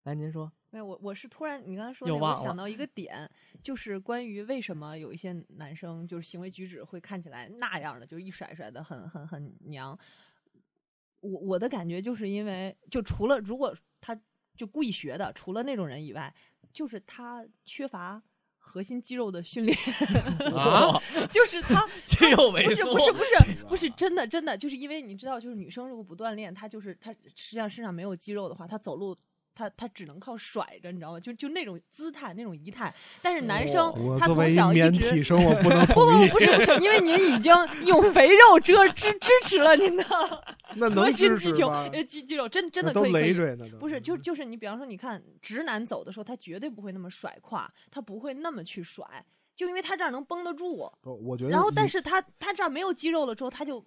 S2: 来，您说，
S4: 没有我，我是突然你刚才说
S2: 又
S4: 那个，我
S2: 忘
S4: 想
S2: 了
S4: 到一个点，就是关于为什么有一些男生就是行为举止会看起来那样的，就是一甩甩的很很很娘。我我的感觉就是因为，就除了如果他就故意学的，除了那种人以外，就是他缺乏核心肌肉的训练
S2: 啊，
S4: 就是他
S2: 肌肉
S4: 不
S2: 萎
S4: 是
S2: 缩，
S4: 不是不是不是真的真的，就是因为你知道，就是女生如果不锻炼，她就是她实际上身上没有肌肉的话，她走路。她她只能靠甩着，你知道吗？就就那种姿态，那种仪态。但是男生
S3: 我
S4: 他
S3: 作
S4: 从
S3: 为
S4: 小一
S3: 免
S4: 直
S3: 体生，我不能
S4: 不
S3: 同
S4: 不
S3: 意。
S4: 不是不是，因为您已经用肥肉遮支支持了您的
S3: 那 能
S4: 核
S3: 支
S4: 心肌
S3: 持
S4: 球
S3: 吗？
S4: 呃肌肌肉，真真
S3: 那
S4: 的
S3: 都
S4: 可以可
S3: 累
S4: 以。
S3: 赘嗯呢，都
S4: 不是，就就是你，比方说，你看直男走的时候，他绝对不会那么甩胯，他不会那么去甩，就因为他这儿能绷得住。
S3: 不我觉得以，
S4: 然后，但是他他这儿没有肌肉了之后，他就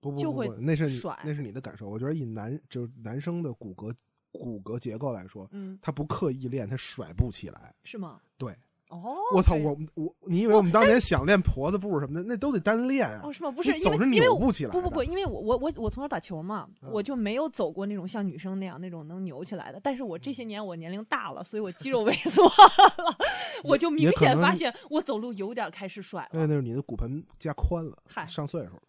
S3: 不不
S4: 就
S3: 不
S4: 会
S3: 不那是你
S4: 甩
S3: 那是你的感受。我觉得以男就是男生的骨骼骨骼结构来说，
S4: 嗯，
S3: 他不刻意练，他甩不起来。
S4: 是吗？
S3: 对，
S4: 哦，
S3: 我操，
S4: 这
S3: 我我你以为我们当年想练婆子步什么的，那都得单练啊
S4: 哦，是吗？不
S3: 你
S4: 是，因
S3: 总是
S4: 为因为
S3: 扭
S4: 我
S3: 不起来
S4: 不不
S3: 的
S4: 不，因为我我我我从小打球嘛，
S3: 嗯
S4: 我就没有走过那种像女生那样那种能扭起来的。但是我
S3: 嗯
S4: 这些年我年龄大了，所以我肌肉萎缩 了，我就明
S3: 也可
S4: 显发
S3: 能
S4: 现我走路有点开始甩
S3: 那
S4: 了。
S3: 那是你的骨盆加宽了，
S4: 嗨
S3: 上岁 数了，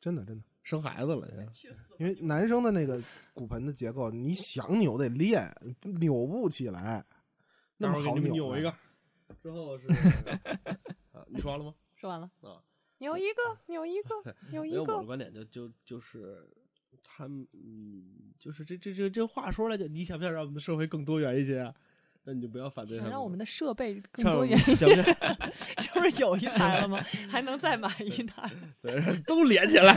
S3: 真的真的。
S1: 生孩子了，现在
S3: 因为男生的那个骨盆的结构，你想扭得练，扭不起来，那么
S1: 待会儿
S3: 好
S1: 给你们
S3: 扭啊
S1: 扭一
S3: 呢
S1: 个。之后 是啊，你说完了吗？
S4: 说完了
S1: 啊，
S4: 扭一个，扭 一个，扭
S1: 因
S4: 一
S1: 为我的
S4: 个。
S1: 观点就就就是他们，嗯，就是这这这这话说来就，你想不想让我们的社会更多元一些啊？那你就不要反对他
S4: 想让我们
S1: 的
S4: 的设 备更
S1: 像
S4: 多
S1: 我
S4: 元
S1: 们
S4: 一
S1: 想不
S4: 点
S1: 想，
S4: 这不是有一 台了吗？还能再买一台？
S1: 对， 都连起 来。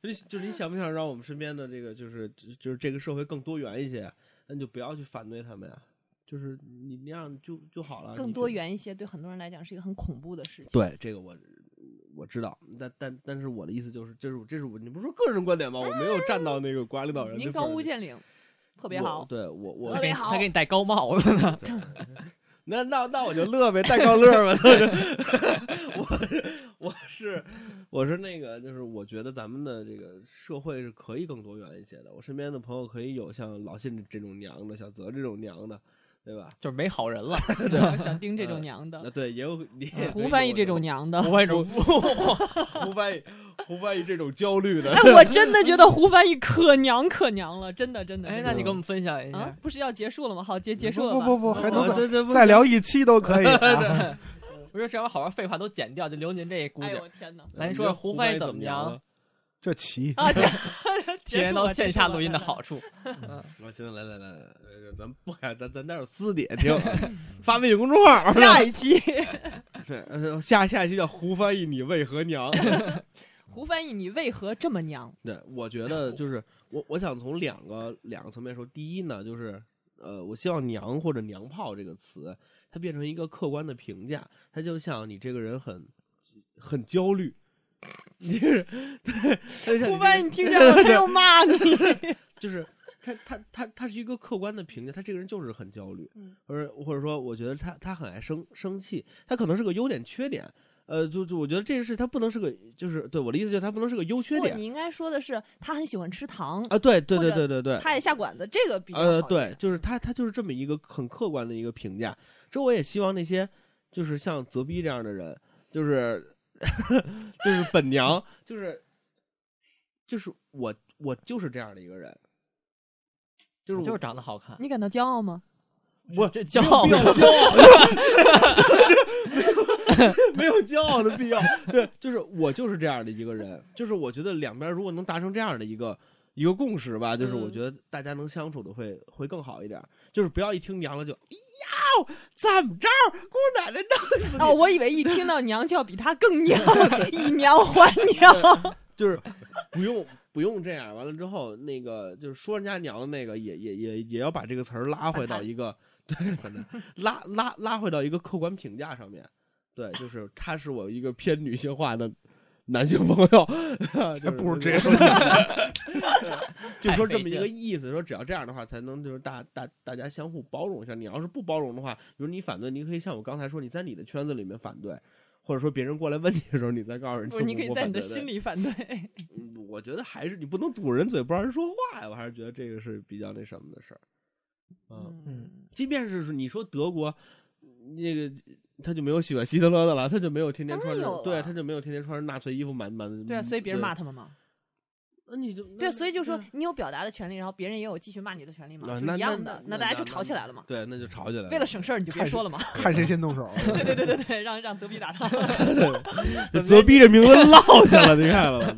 S1: 就是就是你想不想让我们身边的这个，就是就是这个社会更多元一些？那你就不要去反对他们呀、就是你那样就就好了。
S4: 更
S1: 你
S4: 多
S1: 去。
S4: 元一些，对很多人来讲是一个很恐怖的事情。
S1: 对，这个我我知道，但但但是我的意思就是，这是我这是我，你不是说个人观点吗？我没有站到那个管理岛人
S4: 您
S1: 那份儿里，
S4: 高屋建瓴，特别
S1: 我
S4: 好。
S1: 对我我
S4: 特别好
S2: 他给你戴高帽子呢，
S1: 那那那我就乐呗，戴高 乐吧。我我是我是那个，就是我觉得咱们的这个社会是可以更多元一些的。我身边的朋友可以有像老信这种娘的，小泽这种娘的，对吧？
S2: 就是没好人 了。
S4: 想盯这种
S1: 呃
S4: 娘
S1: 那
S4: 的，
S1: 对，也有你也可以
S4: 嗯胡翻译
S1: 有
S4: 这种
S1: 种
S4: 娘的。
S2: 我也种，
S1: 胡翻译胡翻译这种焦虑的。
S4: 哎，我真的觉得胡翻译可娘可娘了，真的真的。
S2: 哎，
S4: 真 的
S2: 那你给我们分享一
S4: 啊
S2: 下，，
S4: 不是要结束了吗？好，结结束
S3: 不不
S4: 了吧。
S3: 不不，还能
S1: 啊对
S3: 再
S1: 对不
S3: 再聊一期都可 以、啊。
S2: 我说只要把好玩废话都剪掉，就留您这一姑
S4: 哎呦
S2: 娘
S4: 我。天哪！
S2: 来，您
S1: 你
S2: 说
S1: 觉得
S2: 说
S1: 胡
S2: 胡
S1: 翻
S2: 翻
S1: 译
S2: 译
S1: 怎
S2: 怎
S1: 么
S2: 么
S1: 样
S2: 样
S1: 了？
S3: 这期
S4: 啊，
S2: 体验到线下录音的好
S4: 处。
S2: 处。
S1: 我行，来来来来，来咱不敢，咱咱待会儿私底下听，啊发微信公众 号。
S4: 下一期
S1: 是呃下下一期叫胡翻译，你为何娘？
S4: 胡翻译，你为何这么娘？
S1: 对，我觉得就是我，我想从两个两个层面说。第一呢，就是呃，我希望“娘”或者“娘炮”这个词，它变成一个客观的评价，它就像你这个人很很焦虑，你就是对，它就像
S4: 胡
S1: 你
S4: 翻
S1: 这个
S4: 译，你听见了没有？骂你。
S1: 就是他他他他是一个客观的评价，他这个人就是很焦虑
S4: 嗯，
S1: 或者或者说，我觉得他他很爱生生气，他可能是个优点缺点。呃，就就我觉得这是他不能是个，就是对我的意思就是他不能是个优缺
S4: 不，
S1: 点
S4: 你应该说的是他很喜欢吃糖，
S1: 啊，对对
S4: 或
S1: 对
S4: 者
S1: 对对对，
S4: 他爱下馆子，这个比较
S1: 呃，
S4: 好一点
S1: 对，，就是他，他就是这么一个很客观的一个评价。这我也希望那些就是像泽逼这样的人，就是 就是本娘，就是就是我我就是这样的一个人，就是
S2: 就是
S1: 我
S2: 长得好看，
S4: 你感到骄傲吗？
S1: 我
S2: 这骄傲吗？
S1: 没有骄傲的必要。对，就是我就是这样的一个人，就是我觉得两边如果能达成这样的一个一个共识吧，就是我
S4: 嗯
S1: 觉得大家能相处的会会更好一点儿。就是不要一听娘了就哎呀，怎么着，姑奶奶弄死你！
S4: 哦，我以为一听到娘就要比他更娘，以娘还娘。
S1: 就是不用不用这样。完了之后，那个就是说人家娘的那个也，也也也要把这个词儿拉回到一个对，反正拉拉拉回到一个客观评价上面。对，就是他是我一个偏女性化的男性朋友， 就
S3: 还不如直接
S1: 说，
S3: 说你
S1: 就说这么
S2: 太费
S1: 一
S2: 劲
S1: 个
S2: 了
S1: 意思，说只要这样的话，才能就是大大大家相互包容一下。你要是不包容的话，比如你反对，你可以像我刚才说，你在你的圈子里面反对，或者说别人过来问你的时候，你再告诉人
S4: 不
S1: 家。
S4: 是，你可以
S1: 我
S4: 在你的
S1: 反对
S4: 心里反对。
S1: 嗯我觉得还是你不能堵人嘴，不让人说话呀。我还是觉得这个是比较那什么的事儿。嗯，
S2: 嗯，
S1: 即便是你说德国，那个他就没有喜欢希特勒的了，他就没有天天
S4: 当
S1: 穿
S4: 然
S1: 着
S4: 有，
S1: 对，
S4: 了
S1: 他就没有天天穿着纳粹衣服满满。
S4: 对啊，所以别人骂他们嘛。
S1: 那你就
S4: 对啊，所以就说
S1: 啊，
S4: 你有表达的权利，然后别人也有继续骂你的权利嘛，
S1: 那
S4: 就
S1: 啊那
S4: 一样的。
S1: 那
S4: 大家就吵起来了嘛。
S1: 对，那就吵起来了。
S4: 为了省事儿，你就别
S3: 看
S4: 说了嘛。
S3: 看 谁先动手。
S4: 对对对对对，让让泽比打他。。
S1: 就泽逼这名字落下了，你看了吗？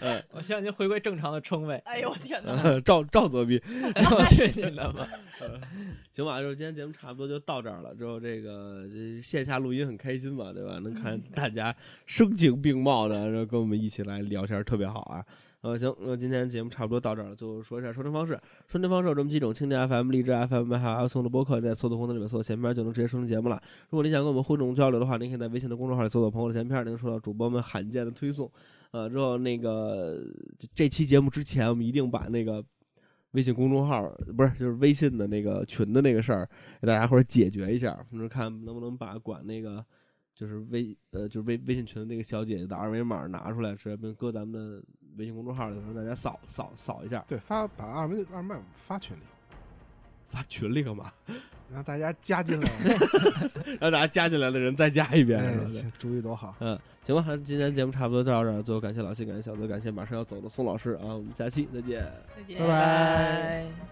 S1: 对，
S2: 我希望您回归正常的称谓 哎
S4: 哎呦我天 哪！
S1: 呃赵赵泽逼，
S2: 我去你的吧！
S1: 行吧，就是今天节目差不多就到这儿了。之后这个这线下录音很开心嘛，对吧？能看大家声情并茂的，然后跟我们一起来聊天儿，特别好啊。呃，行，那今天节目差不多到这儿了，最后说一下收听方式。收听方式有这么几种：蜻蜓 FM、荔枝 FM，还有阿松的播客，在搜索功能里面搜“闲篇”就能直接收听节目了。如果你想跟我们互动交流的话，您可以在微信的公众号里搜索“朋友的闲篇”，您收到主播们罕见的推送。呃，之后那个这这期节目之前，我们一定把那个微信公众号不是就是微信的那个群的那个事儿，给大家伙儿解决一下，就是看能不能把管那个就是微呃就是微微信群的那个小姐姐的二维码拿出来，直接跟搁咱们的微信公众号里头，让大家扫扫扫一下，
S3: 对，发把二维二麦发群里，
S1: 发群里干嘛？
S3: 让大家加进来。
S1: 让大家加进来的人再 加一遍，
S3: 哎
S1: 是吧，对
S3: 主意多好。
S1: 嗯，行吧，那今天节目差不多到这儿，最后感谢老谢，感谢小泽，感谢马上要走的宋老师啊，我们下期再见。
S4: 再见
S3: 拜拜。